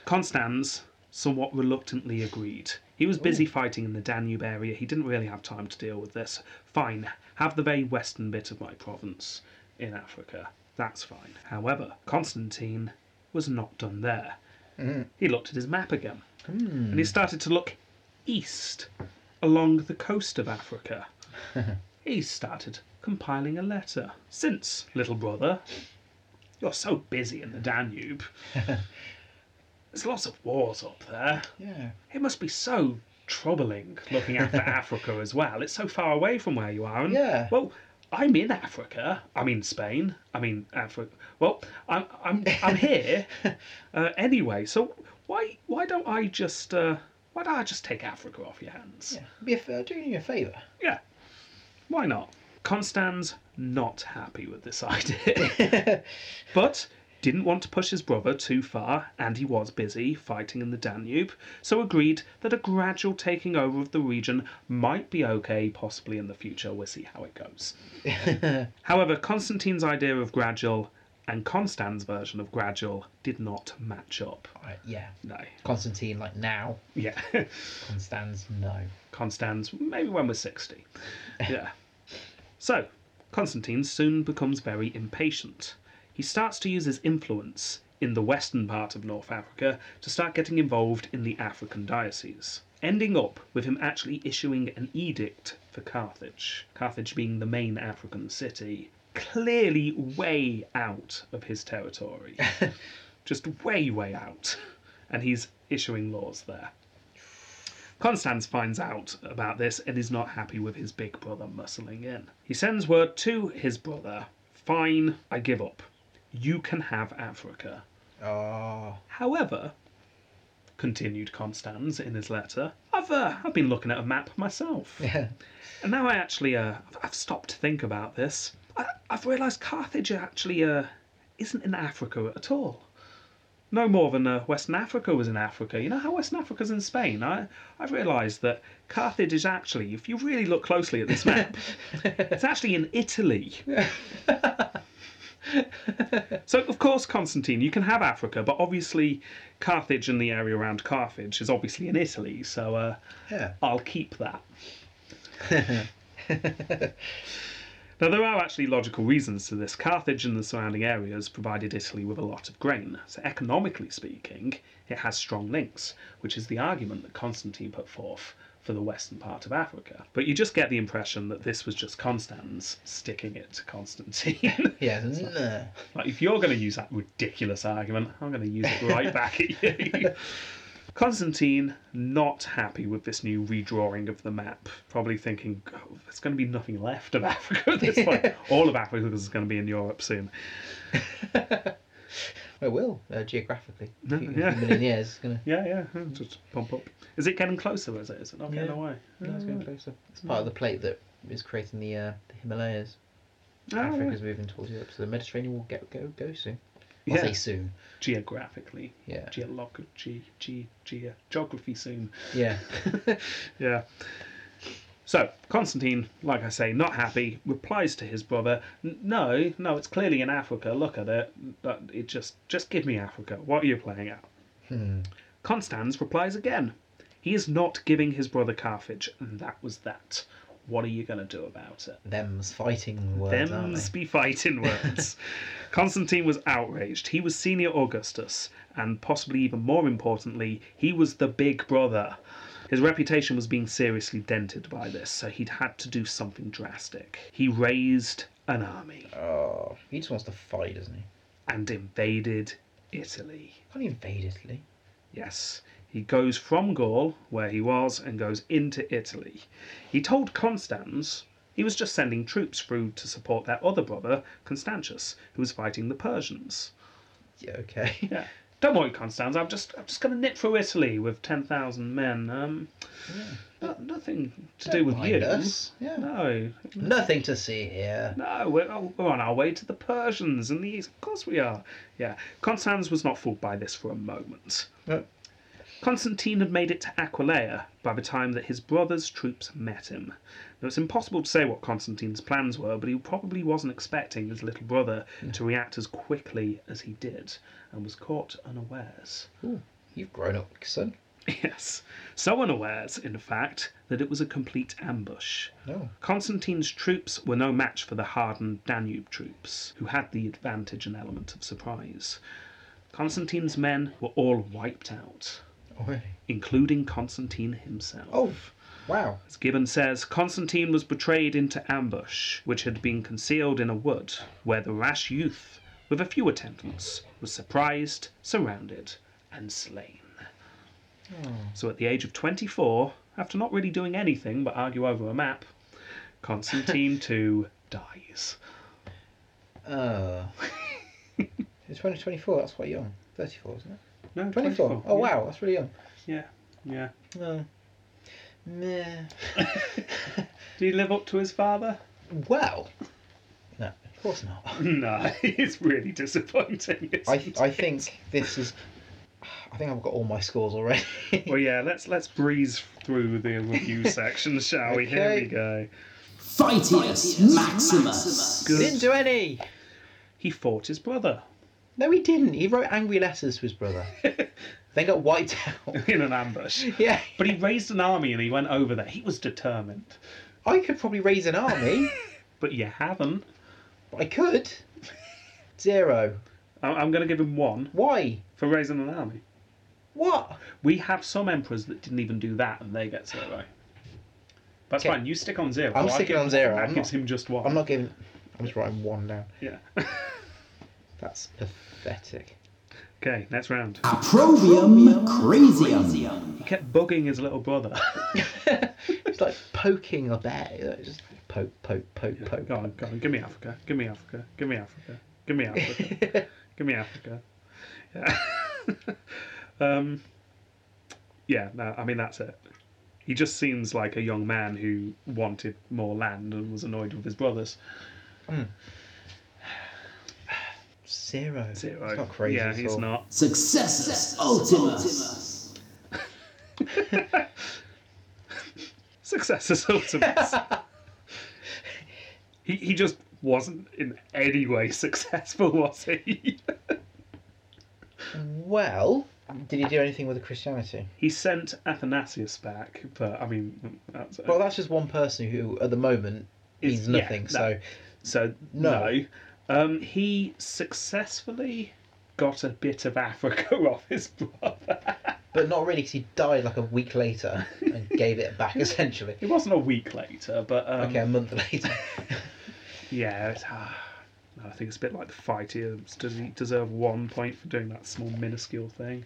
Constans somewhat reluctantly agreed. He was busy fighting in the Danube area. He didn't really have time to deal with this. Fine, have the very western bit of my province in Africa. That's fine. However, Constantine was not done there. He looked at his map again
Hmm.
and he started to look east along the coast of Africa. he started compiling a letter. Since, little brother, you're so busy in the Danube, there's lots of wars up there.
Yeah.
It must be so troubling
(laughs)
looking after Africa as well. It's so far away from where you are. And,
Yeah.
Well, I'm in Africa. I'm in Spain. I mean Africa. Well, I'm I'm
(laughs)
I'm here uh, anyway. So why why don't I just uh, why don't I just take Africa off your hands?
Yeah. Be a, uh, doing you a (laughs) favour.
Yeah. Why (laughs) not? Constan's not happy with this idea. but didn't want to push his brother too far, and he was busy fighting in the Danube, so agreed that a gradual taking over of the region might be okay, possibly in the future. We'll see how it goes. However, Constantine's idea of gradual and Constan's version of gradual did not match up.
Right, yeah.
No.
Constantine, like now.
Yeah. (laughs)
Constans, no.
Constans, maybe when we're 60. Yeah. So, Constantine soon becomes very impatient. He starts to use his influence in the western part of North Africa to start getting involved in the African diocese, ending up with him actually issuing an edict for Carthage, Carthage being the main African city, clearly way out of his territory. Just way, way out. And he's issuing laws there. Constans finds out about this and is not happy with his big brother muscling in. He sends word to his brother Fine, I give up. You can have Africa.
Oh,
However, continued Constans in his letter, I've, uh, I've been looking at a map myself.
(laughs) yeah.
And now I actually, uh, I've- I've stopped to think about this. I, I've realised Carthage actually uh, isn't in Africa at all. No more than uh, Western Africa was in Africa. You know how Western Africa's in Spain? I, I've realised that Carthage is actually, if you really look closely at this map, it's actually in Italy. so, of course, Constantine, you can have Africa, but obviously Carthage and the area around Carthage is obviously in Italy, so uh,
Yeah.
I'll keep that. now, there are actually logical reasons to this. Carthage and the surrounding areas provided Italy with a lot of grain, so economically speaking, it has strong links, which is the argument that Constantine put forth for the western part of Africa. But you just get the impression that this was just Constans sticking it to Constantine. (laughs)
Yeah, nah.
Like, if you're going to use that ridiculous argument, I'm going to use
(laughs)
it right back at you. (laughs) Constantine, not happy with this new redrawing of the map, probably thinking oh, there's going to be nothing left of Africa at this
(laughs)
point. All of Africa is going to be in Europe soon.
It will, uh, (laughs) geographically.
No,
A few,
yeah.
few million years. It's gonna,
Yeah, yeah, yeah, just bump up. Is it getting closer? Is it? Is it not getting
Yeah.
away?
no, it's getting
Ah,
closer. It's part of the plate that is creating the, uh, the Himalayas.
ah,
Africa's moving towards Europe, so the Mediterranean will go go, go soon. I'll
yeah.
say soon.
Geographically,
Yeah.
geolog, ge, ge, ge, geography soon.
Yeah. (laughs)
Yeah. So, Constantine, like I say, not happy, replies to his brother, "N- No, no, it's clearly in Africa. Look at it. But it just, just give me Africa. What are you playing at? Constans replies again. He is not giving his brother Carthage, and that was that. What are you going to do about it?
Them's fighting words, aren't
Them's
they?
be fighting words. Constantine was outraged. He was senior Augustus, and possibly even more importantly, he was the big brother. His reputation was being seriously dented by this, so he'd had to do something drastic. He raised an army
Oh, he just wants to fight, doesn't he?
and invaded Italy.
Can't he invade Italy?
Yes, he goes from Gaul, where he was, and goes into Italy. He told Constans he was just sending troops through to support their other brother, Constantius, who was fighting the Persians.
Yeah, okay.
(laughs) Yeah. Don't worry, Constans. I'm just, I'm just going to nip through Italy with ten thousand men. Um, no- nothing to do
Don't
with
mind
you.
us. Yeah.
No,
Nothing to see here.
no, we're, oh, we're on our way to the Persians and the East. Of course we are. Yeah. Constans was not fooled by this for a moment.
No.
Constantine had made it to Aquileia by the time that his brother's troops met him. Now, it's impossible to say what Constantine's plans were, but he probably wasn't expecting his little brother to react as quickly as he did and was caught unawares. (laughs)
Ooh, you've grown up, son.
Yes, so unawares, in fact, that it was a complete ambush.
No.
Constantine's troops were no match for the hardened Danube troops, who had the advantage and element of surprise. Constantine's men were all wiped out,
Already.
including Constantine himself.
Oh, wow.
As Gibbon says, Constantine was betrayed into ambush, which had been concealed in a wood, where the rash youth, with a few attendants, was surprised, surrounded, and slain. So at the age of 24, after not really doing anything but argue over a map,
(laughs)
Constantine too dies. (laughs)
Oh. it's 2024, that's quite young. 34, isn't it?
No,
24. Oh,
yeah,
wow, that's really young.
Yeah, yeah.
No. Meh.
Did he live up to his father? (laughs)
Well. No. Of course not.
No, (laughs) it's really disappointing. isn't
I I
it?
think this is. I think I've got all my scores already.
Well, yeah. Let's let's breeze through
(laughs)
the review section, shall we? Here we
Okay.
go.
Fightius Maximus.
(laughs) Didn't
Good.
do any.
He fought his brother (laughs)
No, he didn't. He wrote angry letters to his (laughs) brother. they got wiped (laughs) out.
in an ambush.
yeah.
But he raised an army and he went over there. He was determined.
I could probably raise an army.
But you haven't.
but I could. Zero.
I- I'm going to give him one
Why?
for raising an army.
What?
We have some emperors that didn't even do that, and they get zero. That's
Okay.
fine. You stick on zero.
I'm
I
sticking
give-
on zero.
That
I'm
gives
not-
him just one.
I'm not giving. I'm just writing one down.
Yeah. (laughs)
That's pathetic.
okay. Next round.
Approbium Crazium.
He kept bugging his little brother. (laughs)
It's like poking a bear. you know, Just poke, poke, poke, poke.
go on, go on. Give me Africa. Give me Africa. Give me Africa. Give me Africa. give me Africa. Yeah. (laughs) um, yeah. No, I mean that's it. He just seems like a young man who wanted more land and was annoyed with his brothers.
(laughs) Zero.
Zero.
It's not crazy.
Yeah,
at
he's
all.
not.
Successus Ultimus.
Success
(laughs)
is ultimate. he, he just wasn't in any way successful, was he? (laughs)
Well, did he do anything with the Christianity?
he sent Athanasius back, but I mean, that's it.
Well, that's just one person who, at the moment, means
Is- yeah,
nothing.
no.
So
so no.
no.
Um, he successfully got a bit of Africa (laughs) off his brother.
But not really, because he died like a week later and gave it back (laughs) essentially.
It wasn't a week later, but um,
Okay, a month later. (laughs)
yeah, it's, ah, no, I think it's a bit like the fight here. Does he deserve one point for doing that small minuscule thing?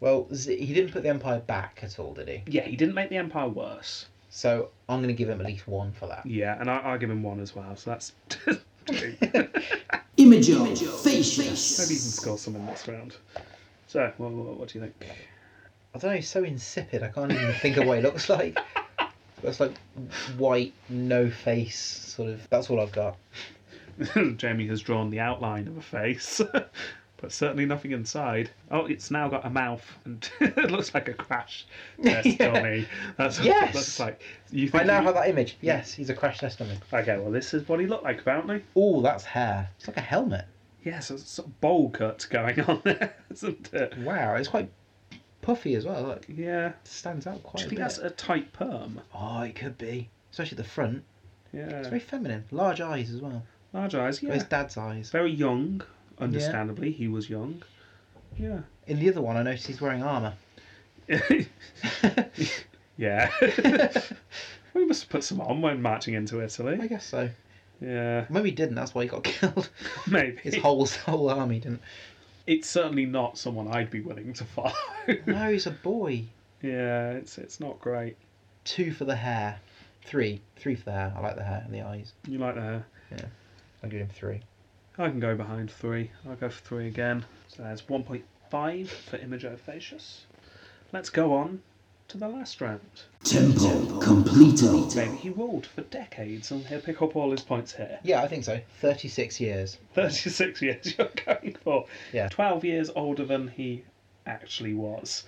well, Z- he didn't put the empire back at all, did he?
Yeah, he didn't make the empire worse.
So I'm going to give him at least one for that.
Yeah, and I, I'll give him one as well. So that's (laughs) two. Maybe
Imago
he can
Facius.
score some in this round. So, what, what, what do you think?
I don't know. He's so insipid. I can't even think of what he looks like. (laughs) That's like white, no face, sort of. That's all I've got.
(coughs) Jamie has drawn the outline of a face, (laughs) but certainly nothing inside. Oh, it's now got a mouth, and (laughs) it looks like a crash test
(laughs) Yeah.
dummy. That's what it
Yes!
looks like. You
I
think
now
he-
have that image. Yes, he's a crash test dummy.
Okay, well, this is what he looked like, apparently.
Oh, that's hair. It's like a helmet.
Yeah, so it's sort of bowl cut going (laughs) on there, isn't it?
Wow, it's quite puffy as well. Like, it
Yeah.
stands out quite a
Do you
bit.
think that's a tight perm?
Oh, it could be, especially at the front. It's
Yeah.
very feminine. Large eyes as well.
Large eyes,
Or
yeah.
His dad's eyes.
Very young, understandably. He was young. Yeah.
(laughs)
(laughs)
In the other one, I noticed he's wearing (laughs) armor.
yeah. (laughs) we must have put some on when marching into
I
Italy.
guess so.
Yeah,
Maybe he didn't. That's why he got (laughs) killed.
maybe. (laughs)
His whole his whole army didn't.
It's certainly not someone I'd be willing to follow. (laughs)
No, he's a boy.
yeah, it's it's not great.
Two for the hair. Three. Three for the hair. I like the hair and the eyes.
You like that?
I'll give him three.
I can go behind three. I'll go for three again. So there's 1.5 for Imago Facius. Let's go on to the last round.
Temple Completo.
Maybe he ruled for decades and he'll pick up all his points here. (laughs)
Yeah, I think so. Thirty-six years.
36 years (laughs) you're going for.
Yeah.
12 years older than he actually was.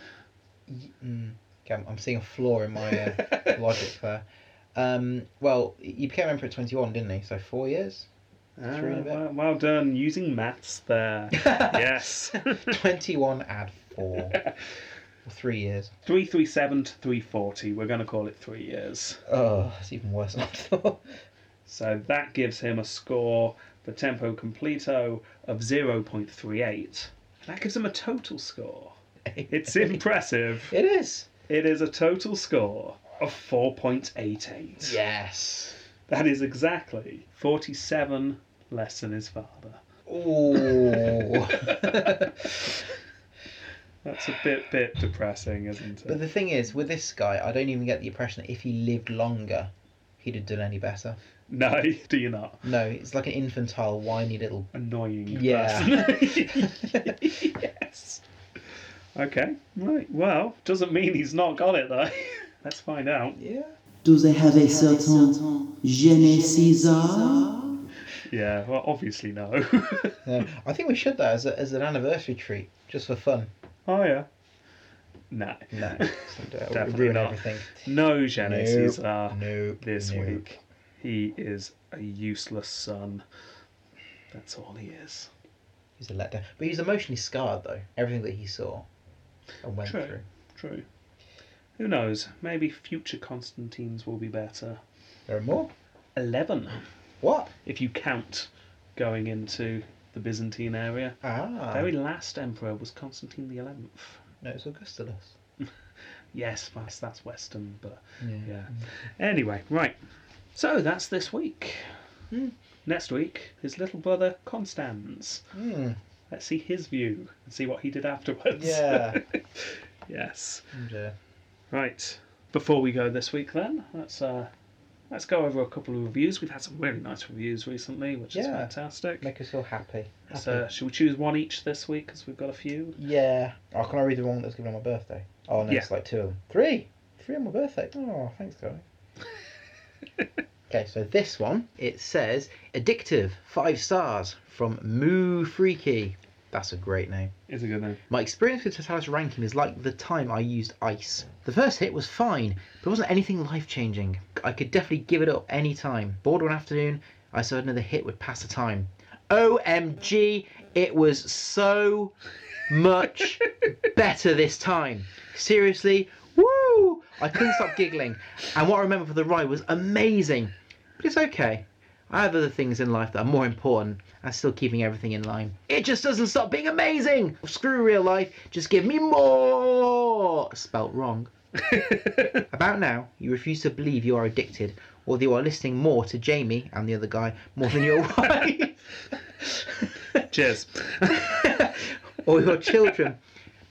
Mm. Okay, I'm, I'm seeing a flaw in my
(laughs)
uh, logic there. Um, well, he became emperor at twenty-one, didn't he? So four years.
Ah,
Three and a bit.
well, well done using maths
(laughs)
there. yes.
Twenty-one add
(laughs)
four. Three years.
337 to 340. We're going to call it three years.
Oh, it's even worse than I thought.
So that gives him a score for tempo completo of 0.38. That gives him a total score.
(laughs)
It's impressive.
It is.
It is a total score of 4.88.
Yes.
That is exactly 47 less than his father. (laughs)
Ooh.
That's a bit bit depressing, isn't
but
it?
the thing is, with this guy, I don't even get the impression that if he lived longer, he'd have done any better.
No, (laughs) do you not?
No, it's like an infantile, whiny little.
Annoying
Yeah.
person.
(laughs)
yes. Okay, right. Well, doesn't mean he's not got it though. (laughs) Let's find out.
Yeah.
Do they have a certain Genesisar?
Yeah, well,
(laughs)
obviously no.
No, I think we should though as, a, as an anniversary treat, just for fun.
oh yeah. No.
No, just don't do it. It'll
Definitely
ruin
not.
uh, everything.
(laughs) No, Janice
Nope,
is our
nope,
uh, this
nope.
week. He is a useless son. That's all he is.
He's a letdown, but he's emotionally scarred though. Everything that he saw and went
True.
through.
True. Who knows? Maybe future Constantines will be better.
There are more.
Eleven,
What?
if you count going into the Byzantine area.
Ah,
Very last emperor was Constantine the Eleventh.
no, it's Augustulus.
Yes, that's, that's Western, but
Yeah.
yeah. Anyway, right. So that's this week.
Hmm.
Next week, his little brother Constans.
Mm,
Let's see his view and see what he did afterwards.
yeah.
(laughs) yes.
And, uh,
Right. Before we go this week, then let's uh, let's go over a couple of reviews. We've had some really nice reviews recently, which is
Yeah.
fantastic.
make us all happy. happy.
So, should we choose one each this week? Because we've got a few.
Yeah. Oh, can I read the one that was given on my birthday? Oh, no, it's like two of them. Three! Three on my birthday. Oh, thanks, guys. (laughs) okay, so this one, it says Addictive, five stars from Moo Freaky. That's a great name.
Is a good name.
My experience with Totalis Ranking is like the time I used ice. The first hit was fine, but it wasn't anything life changing. I could definitely give it up any time. Bored one afternoon, I saw another hit would pass the time. OMG, it was so much better this time. Seriously, woo! I couldn't stop giggling, and what I remember for the ride was amazing. But it's okay. I have other things in life that are more important and still keeping everything in line. It just doesn't stop being amazing! Screw real life, just give me more! Spelt wrong. About now, you refuse to believe you are addicted or that you are listening more to Jamie and the other guy more than your (laughs) wife
(laughs) Cheers.
or your children.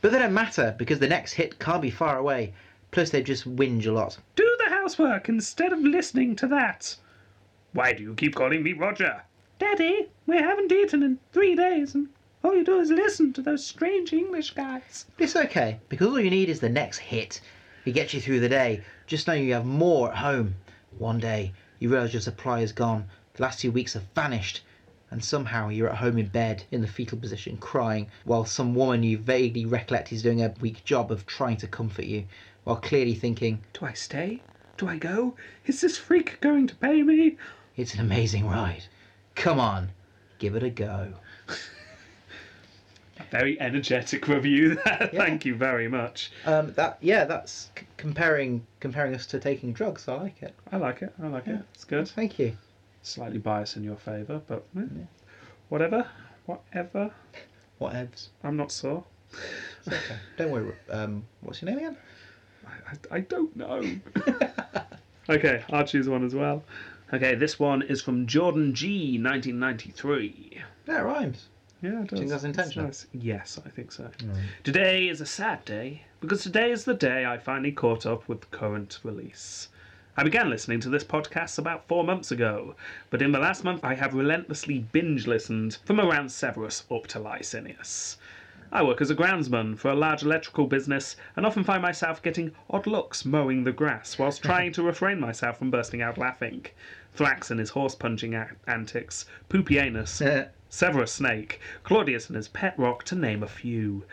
But they don't matter because the next hit can't be far away. Plus, they just whinge a lot.
do the housework instead of listening to that. Why do you keep calling me Roger? Daddy, we haven't eaten in three days, and all you do is listen to those strange English guys.
But it's okay, because all you need is the next hit. It gets you through the day. Just know you have more at home. One day, you realise your supply is gone. The last two weeks have vanished. And somehow you're at home in bed, in the fetal position, crying, while some woman you vaguely recollect is doing a weak job of trying to comfort you, while clearly thinking,
Do I stay? Do I go? Is this freak going to pay me?
it's an amazing ride. Come on, give it a go.
Very energetic review (laughs) there.
Yeah.
Thank you very much.
Um, that yeah, that's c- comparing comparing us to taking drugs. I like it.
I like it. I like it. It's good.
Thank you.
Slightly biased in your favour, but eh, whatever. Whatever.
Whatevs.
I'm not sore.
It's okay. Don't worry. Um, what's your name again?
I, I don't know. (laughs) okay, I'll choose one as well. Okay, this one is from Jordan G, 1993.
That rhymes.
Yeah, it does.
think that's
It's
intentional?
nice. Yes, I think so. Today is a sad day because today is the day I finally caught up with the current release. I began listening to this podcast about four months ago, but in the last month I have relentlessly binge listened from around Severus up to Licinius. I work as a groundsman for a large electrical business and often find myself getting odd looks mowing the grass whilst trying to refrain myself from bursting out laughing. Thrax and his horse punching a- antics, Pupianus, Severus Snake, Claudius and his pet rock, to name a few.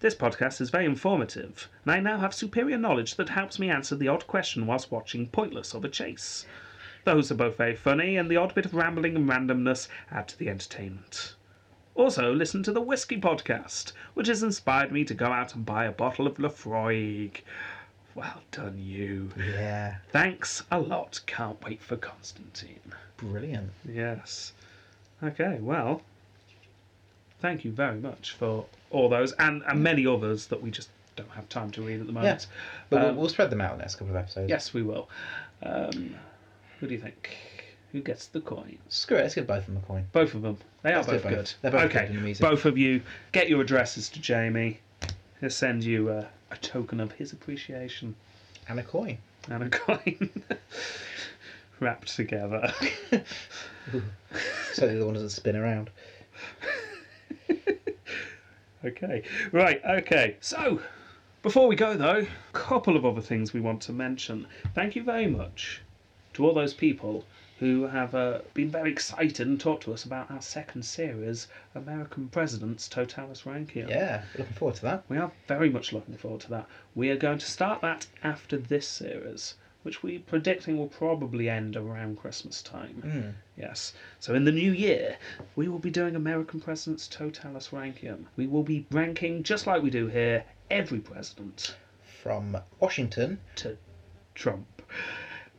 This podcast is very informative, and I now have superior knowledge that helps me answer the odd question whilst watching Pointless of a Chase. Those are both very funny, and the odd bit of rambling and randomness add to the entertainment. Also, listen to the Whiskey Podcast, which has inspired me to go out and buy a bottle of Lafroig. Well done, you.
yeah,
Thanks a lot. Can't wait for Constantine.
brilliant.
Yes. Okay, well, thank you very much for all those and, and many others that we just don't have time to read at the moment.
But
Um,
we'll, we'll spread them out in the next couple of episodes.
Yes, we will. Um, who do you think? Who gets the coin?
Screw it. Let's give both of them a coin.
Both of them. They are
Let's do
both,
both.
good.
They're both
okay,
good and amazing.
both of you, get your addresses to Jamie. He'll send you a, a token of his appreciation
And a coin.
and a (laughs) coin wrapped together.
So the other one doesn't spin around.
Okay, right, okay. So, before we go though, couple of other things we want to mention. Thank you very much to all those people who have uh, been very excited and talked to us about our second series, American Presidents Totalis Rankium.
Yeah, looking forward to that.
We are very much looking forward to that. We are going to start that after this series, which we're predicting will probably end around Christmas time.
Hmm.
Yes. So in the new year, we will be doing American Presidents Totalis Rankium. We will be ranking, just like we do here, every president
From Washington,
to Trump.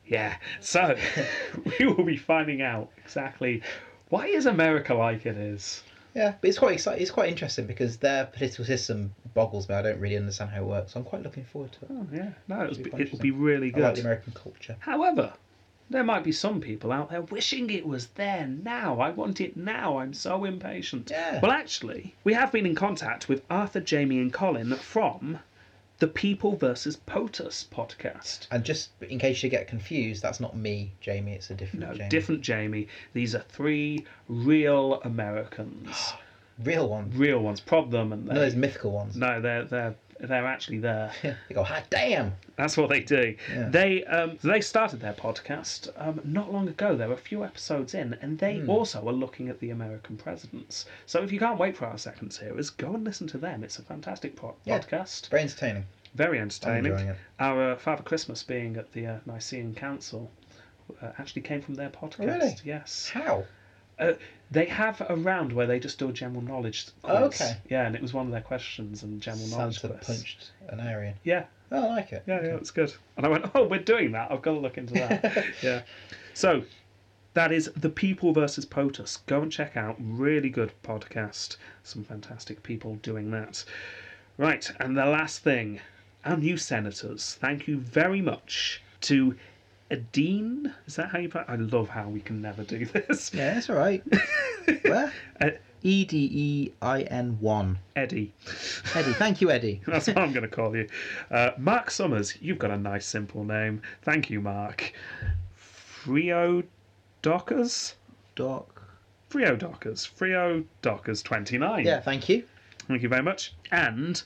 Yeah. So (laughs) we will be finding out exactly why is America like it is.
yeah, but it's quite exciting. It's quite interesting because their political system boggles me. I don't really understand how it works. So I'm quite looking forward to it.
Oh, yeah. No, it'll be,
be quite
it'll be really
I like
good.
the American culture.
However, there might be some people out there wishing it was there now. I want it now. I'm so impatient.
Yeah.
Well, actually, we have been in contact with Arthur, Jamie, and Colin from the People versus POTUS podcast.
And just in case you get confused, that's not me, Jamie. It's a different
No,
Jamie.
different Jamie. These are three real
(gasps)
Americans,
real one.
real ones. Prob them and they.
None of those mythical ones.
no, they're they're they're actually there.
They go, ah, damn.
That's what they do.
Yeah.
They um, they started their podcast um, not long ago. There were a few episodes in, and they
Hmm.
also are looking at the American presidents. So if you can't wait for our second series, go and listen to them. It's a fantastic po-
Yeah.
podcast,
Very entertaining.
very
I'm
entertaining.
enjoying it.
Our uh, Father Christmas being at the uh, Nicene Council uh, actually came from their podcast.
Oh, really?
Yes,
How?
uh, they have a round where they just do a general knowledge quiz.
Oh, okay.
Yeah, and it was one of their questions and general knowledge
Santa
quiz.
punched an Aryan.
Yeah.
Oh, I like it.
Yeah, yeah, it's good. And I went, (laughs) oh, we're doing that. I've got to look
(laughs)
into that. yeah. So that is The People versus POTUS. Go and check out. Really good podcast. Some fantastic people doing that. Right. And the last thing our new senators. Thank you very much to. Adine, is that how you? pro- I love how we can never do this. (laughs)
Yeah, that's all right. Where? E D E I N one.
Eddie,
Eddie, thank you,
(laughs)
Eddie.
that's what I'm going to call you. Uh, Mark Summers, you've got a nice simple name. Thank you, Mark. Frio Dockers?
Doc.
Frio Dockers. Frio Dockers 29.
Yeah, thank you.
Thank you very much. And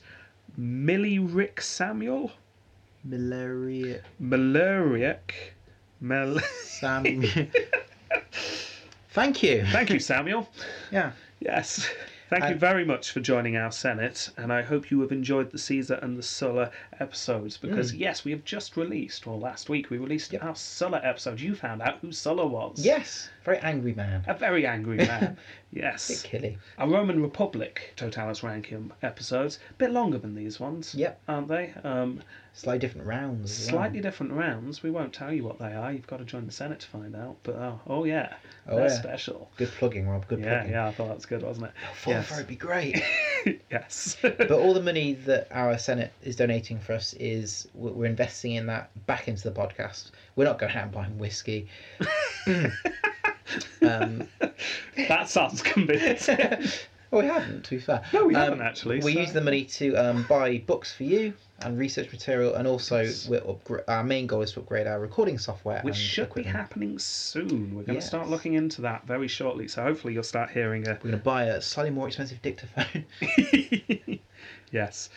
Millie Rick Samuel?
Malaria
Maluriak? Mel-
Sam. thank you.
(laughs) Thank you, Samuel.
Yeah.
Yes. Thank you
I-
very much for joining our Senate, and I hope you have enjoyed the Caesar and the Sulla episodes because, yes, we have just released, or last week, we released
Mm. Yep.
our Sulla episode. You found out who Sulla was.
Yes. Very angry man.
A very angry
(laughs)
man.
Bit
yes.
killy.
Our Roman Republic Totalis Rankium episodes, a bit longer than these ones.
Yep.
Aren't they? Um,
Slightly different rounds. as well.
slightly different rounds. We won't tell you what they are. You've got to join the Senate to find out. But oh, oh yeah,
Oh,
they're
yeah.
special.
Good plugging, Rob. Good
Yeah,
plugging.
yeah. I thought that was good, wasn't it?
Fall
Yes.
for it would be great. (laughs)
(laughs) Yes.
but all the money that our Senate is donating for us is we're we're investing in that back into the podcast. We're not going out and buying
(laughs)
whiskey. um,
that sounds
(laughs)
convincing.
well, we haven't, to be fair.
No, we
Um,
haven't actually.
We
so-
use the money to um, buy books for you and research material, and also
Yes.
we're upgra- our main goal is to upgrade our recording software.
(laughs) Which
and
should be
equipment.
happening soon. We're going to start
Yes.
looking into that very shortly. So hopefully you'll start hearing a
We're going to buy a slightly more expensive dictaphone. (laughs)
yes.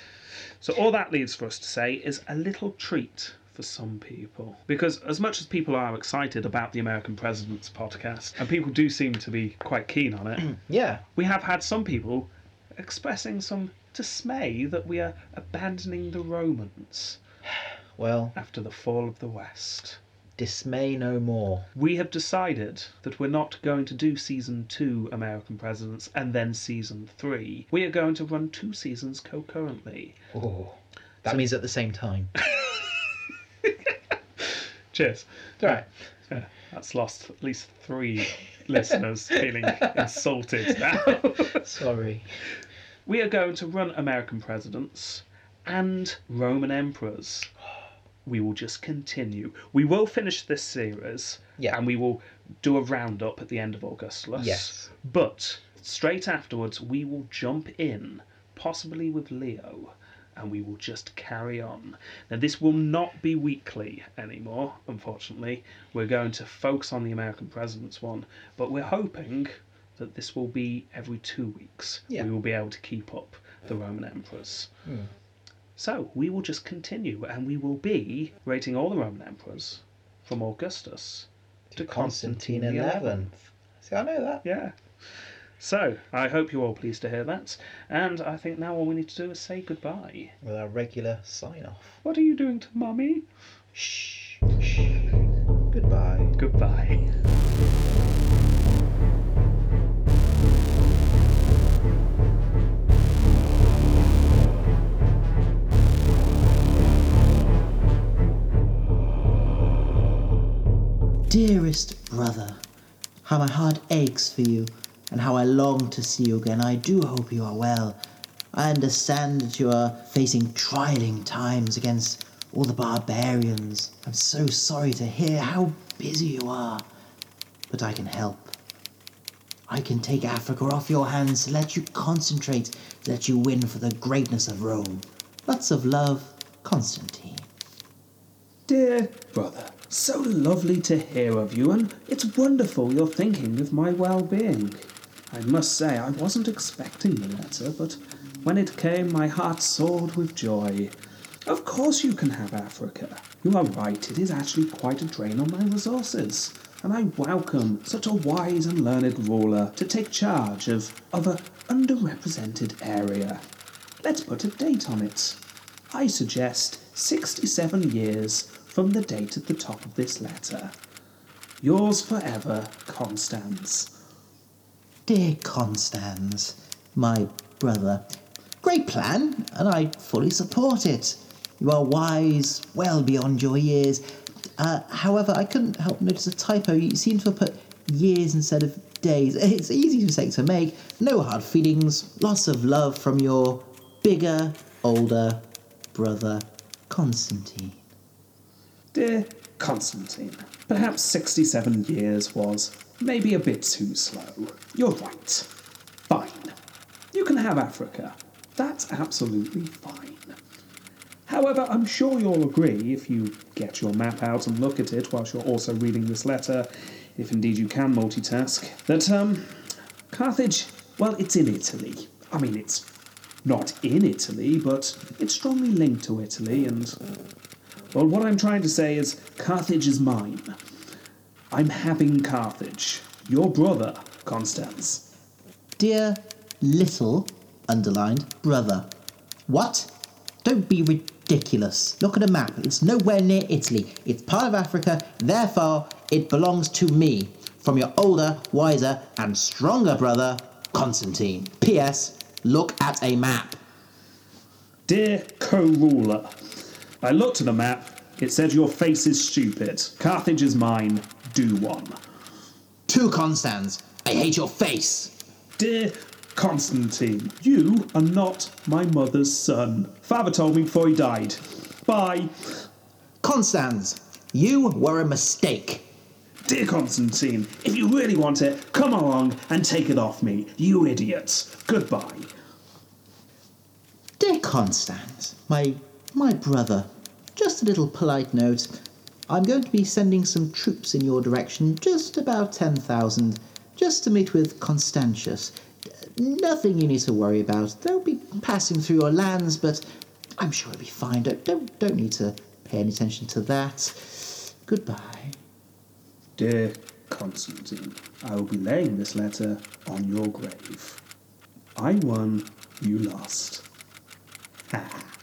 So all that leaves for us to say is a little treat for some people. Because as much as people are excited about the American President's podcast, and people do seem to be quite keen on it,
yeah,
we have had some people expressing some dismay that we are abandoning the Romans
well,
after the fall of the West.
dismay no more.
We have decided that we're not going to do season two American Presidents and then season three. We are going to run two seasons concurrently.
Oh, that means at the same
(laughs)
time.
Cheers.
All right.
That's lost at least three listeners feeling insulted now.
Sorry.
we are going to run American presidents and Roman emperors. We will just continue. We will finish this series
Yeah.
and we will do a roundup at the end of Augustulus.
Yes.
But straight afterwards, we will jump in, possibly with Leo, and we will just carry on. Now, this will not be weekly anymore, unfortunately. We're going to focus on the American Presidents one, but we're hoping that this will be every two weeks.
Yeah. Hmm.
We will be able to keep up the Roman emperors. So we will just continue and we will be rating all the Roman emperors from Augustus to
Constantine
Constantine
eleventh. See, I know that.
Yeah. So, I hope you're all pleased to hear that. And I think now all we need to do is say goodbye.
With our regular sign off.
What are you doing to Mummy?
Shh. Shh. Goodbye.
Goodbye. (laughs)
Dearest brother, how my heart aches for you and how I long to see you again. I do hope you are well. I understand that you are facing trying times against all the barbarians. I'm so sorry to hear how busy you are, but I can help. I can take Africa off your hands to let you concentrate, to let you win for the greatness of Rome. Lots of love, Constantine.
Dear brother, so lovely to hear of you, and it's wonderful you're thinking of my well being. I must say, I wasn't expecting the letter, but when it came, my heart soared with joy. Of course, you can have Africa. You are right, it is actually quite a drain on my resources. And I welcome such a wise and learned ruler to take charge of, of a underrepresented area. Let's put a date on it. I suggest 67 years from the date at the top of this letter. Yours forever, Constance.
Dear Constans, my brother, great plan, and I fully support it. You are wise well beyond your years. Uh, however, I couldn't help notice a typo. You seem to have put years instead of days. (laughs) It's an easy mistake to make. No hard feelings. Lots of love from your bigger, older brother, Constantine.
Dear Constantine, perhaps 67 years was maybe a bit too slow. You're right. Fine. You can have Africa. That's absolutely fine. However, I'm sure you'll agree if you get your map out and look at it whilst you're also reading this letter, if indeed you can multitask, that, um, Carthage, well, it's in Italy. I mean, it's not in Italy, but it's strongly linked to Italy, and well, what I'm trying to say is Carthage is mine. I'm having Carthage. Your brother, Constance.
Dear little, underlined, brother. What? Don't be ridiculous. Look at a map. It's nowhere near Italy. It's part of Africa, therefore, it belongs to me. From your older, wiser, and stronger brother, Constantine. P.S. Look at a map.
Dear co ruler, I looked at the map. It said your face is stupid. Carthage is mine. Do one.
To Constans, I hate your face.
Dear Constantine, you are not my mother's son. Father told me before he died. Bye.
Constans, you were a mistake.
Dear Constantine, if you really want it, come along and take it off me. You idiots. Goodbye.
Dear Constance, my my brother, just a little polite note. I'm going to be sending some troops in your direction, just about 10,000, just to meet with Constantius. Nothing you need to worry about. They'll be passing through your lands, but I'm sure it'll be fine. Don't, don't, don't need to pay any attention to that. Goodbye.
Dear Constantine, I will be laying this letter on your grave. I won, you lost. Ha!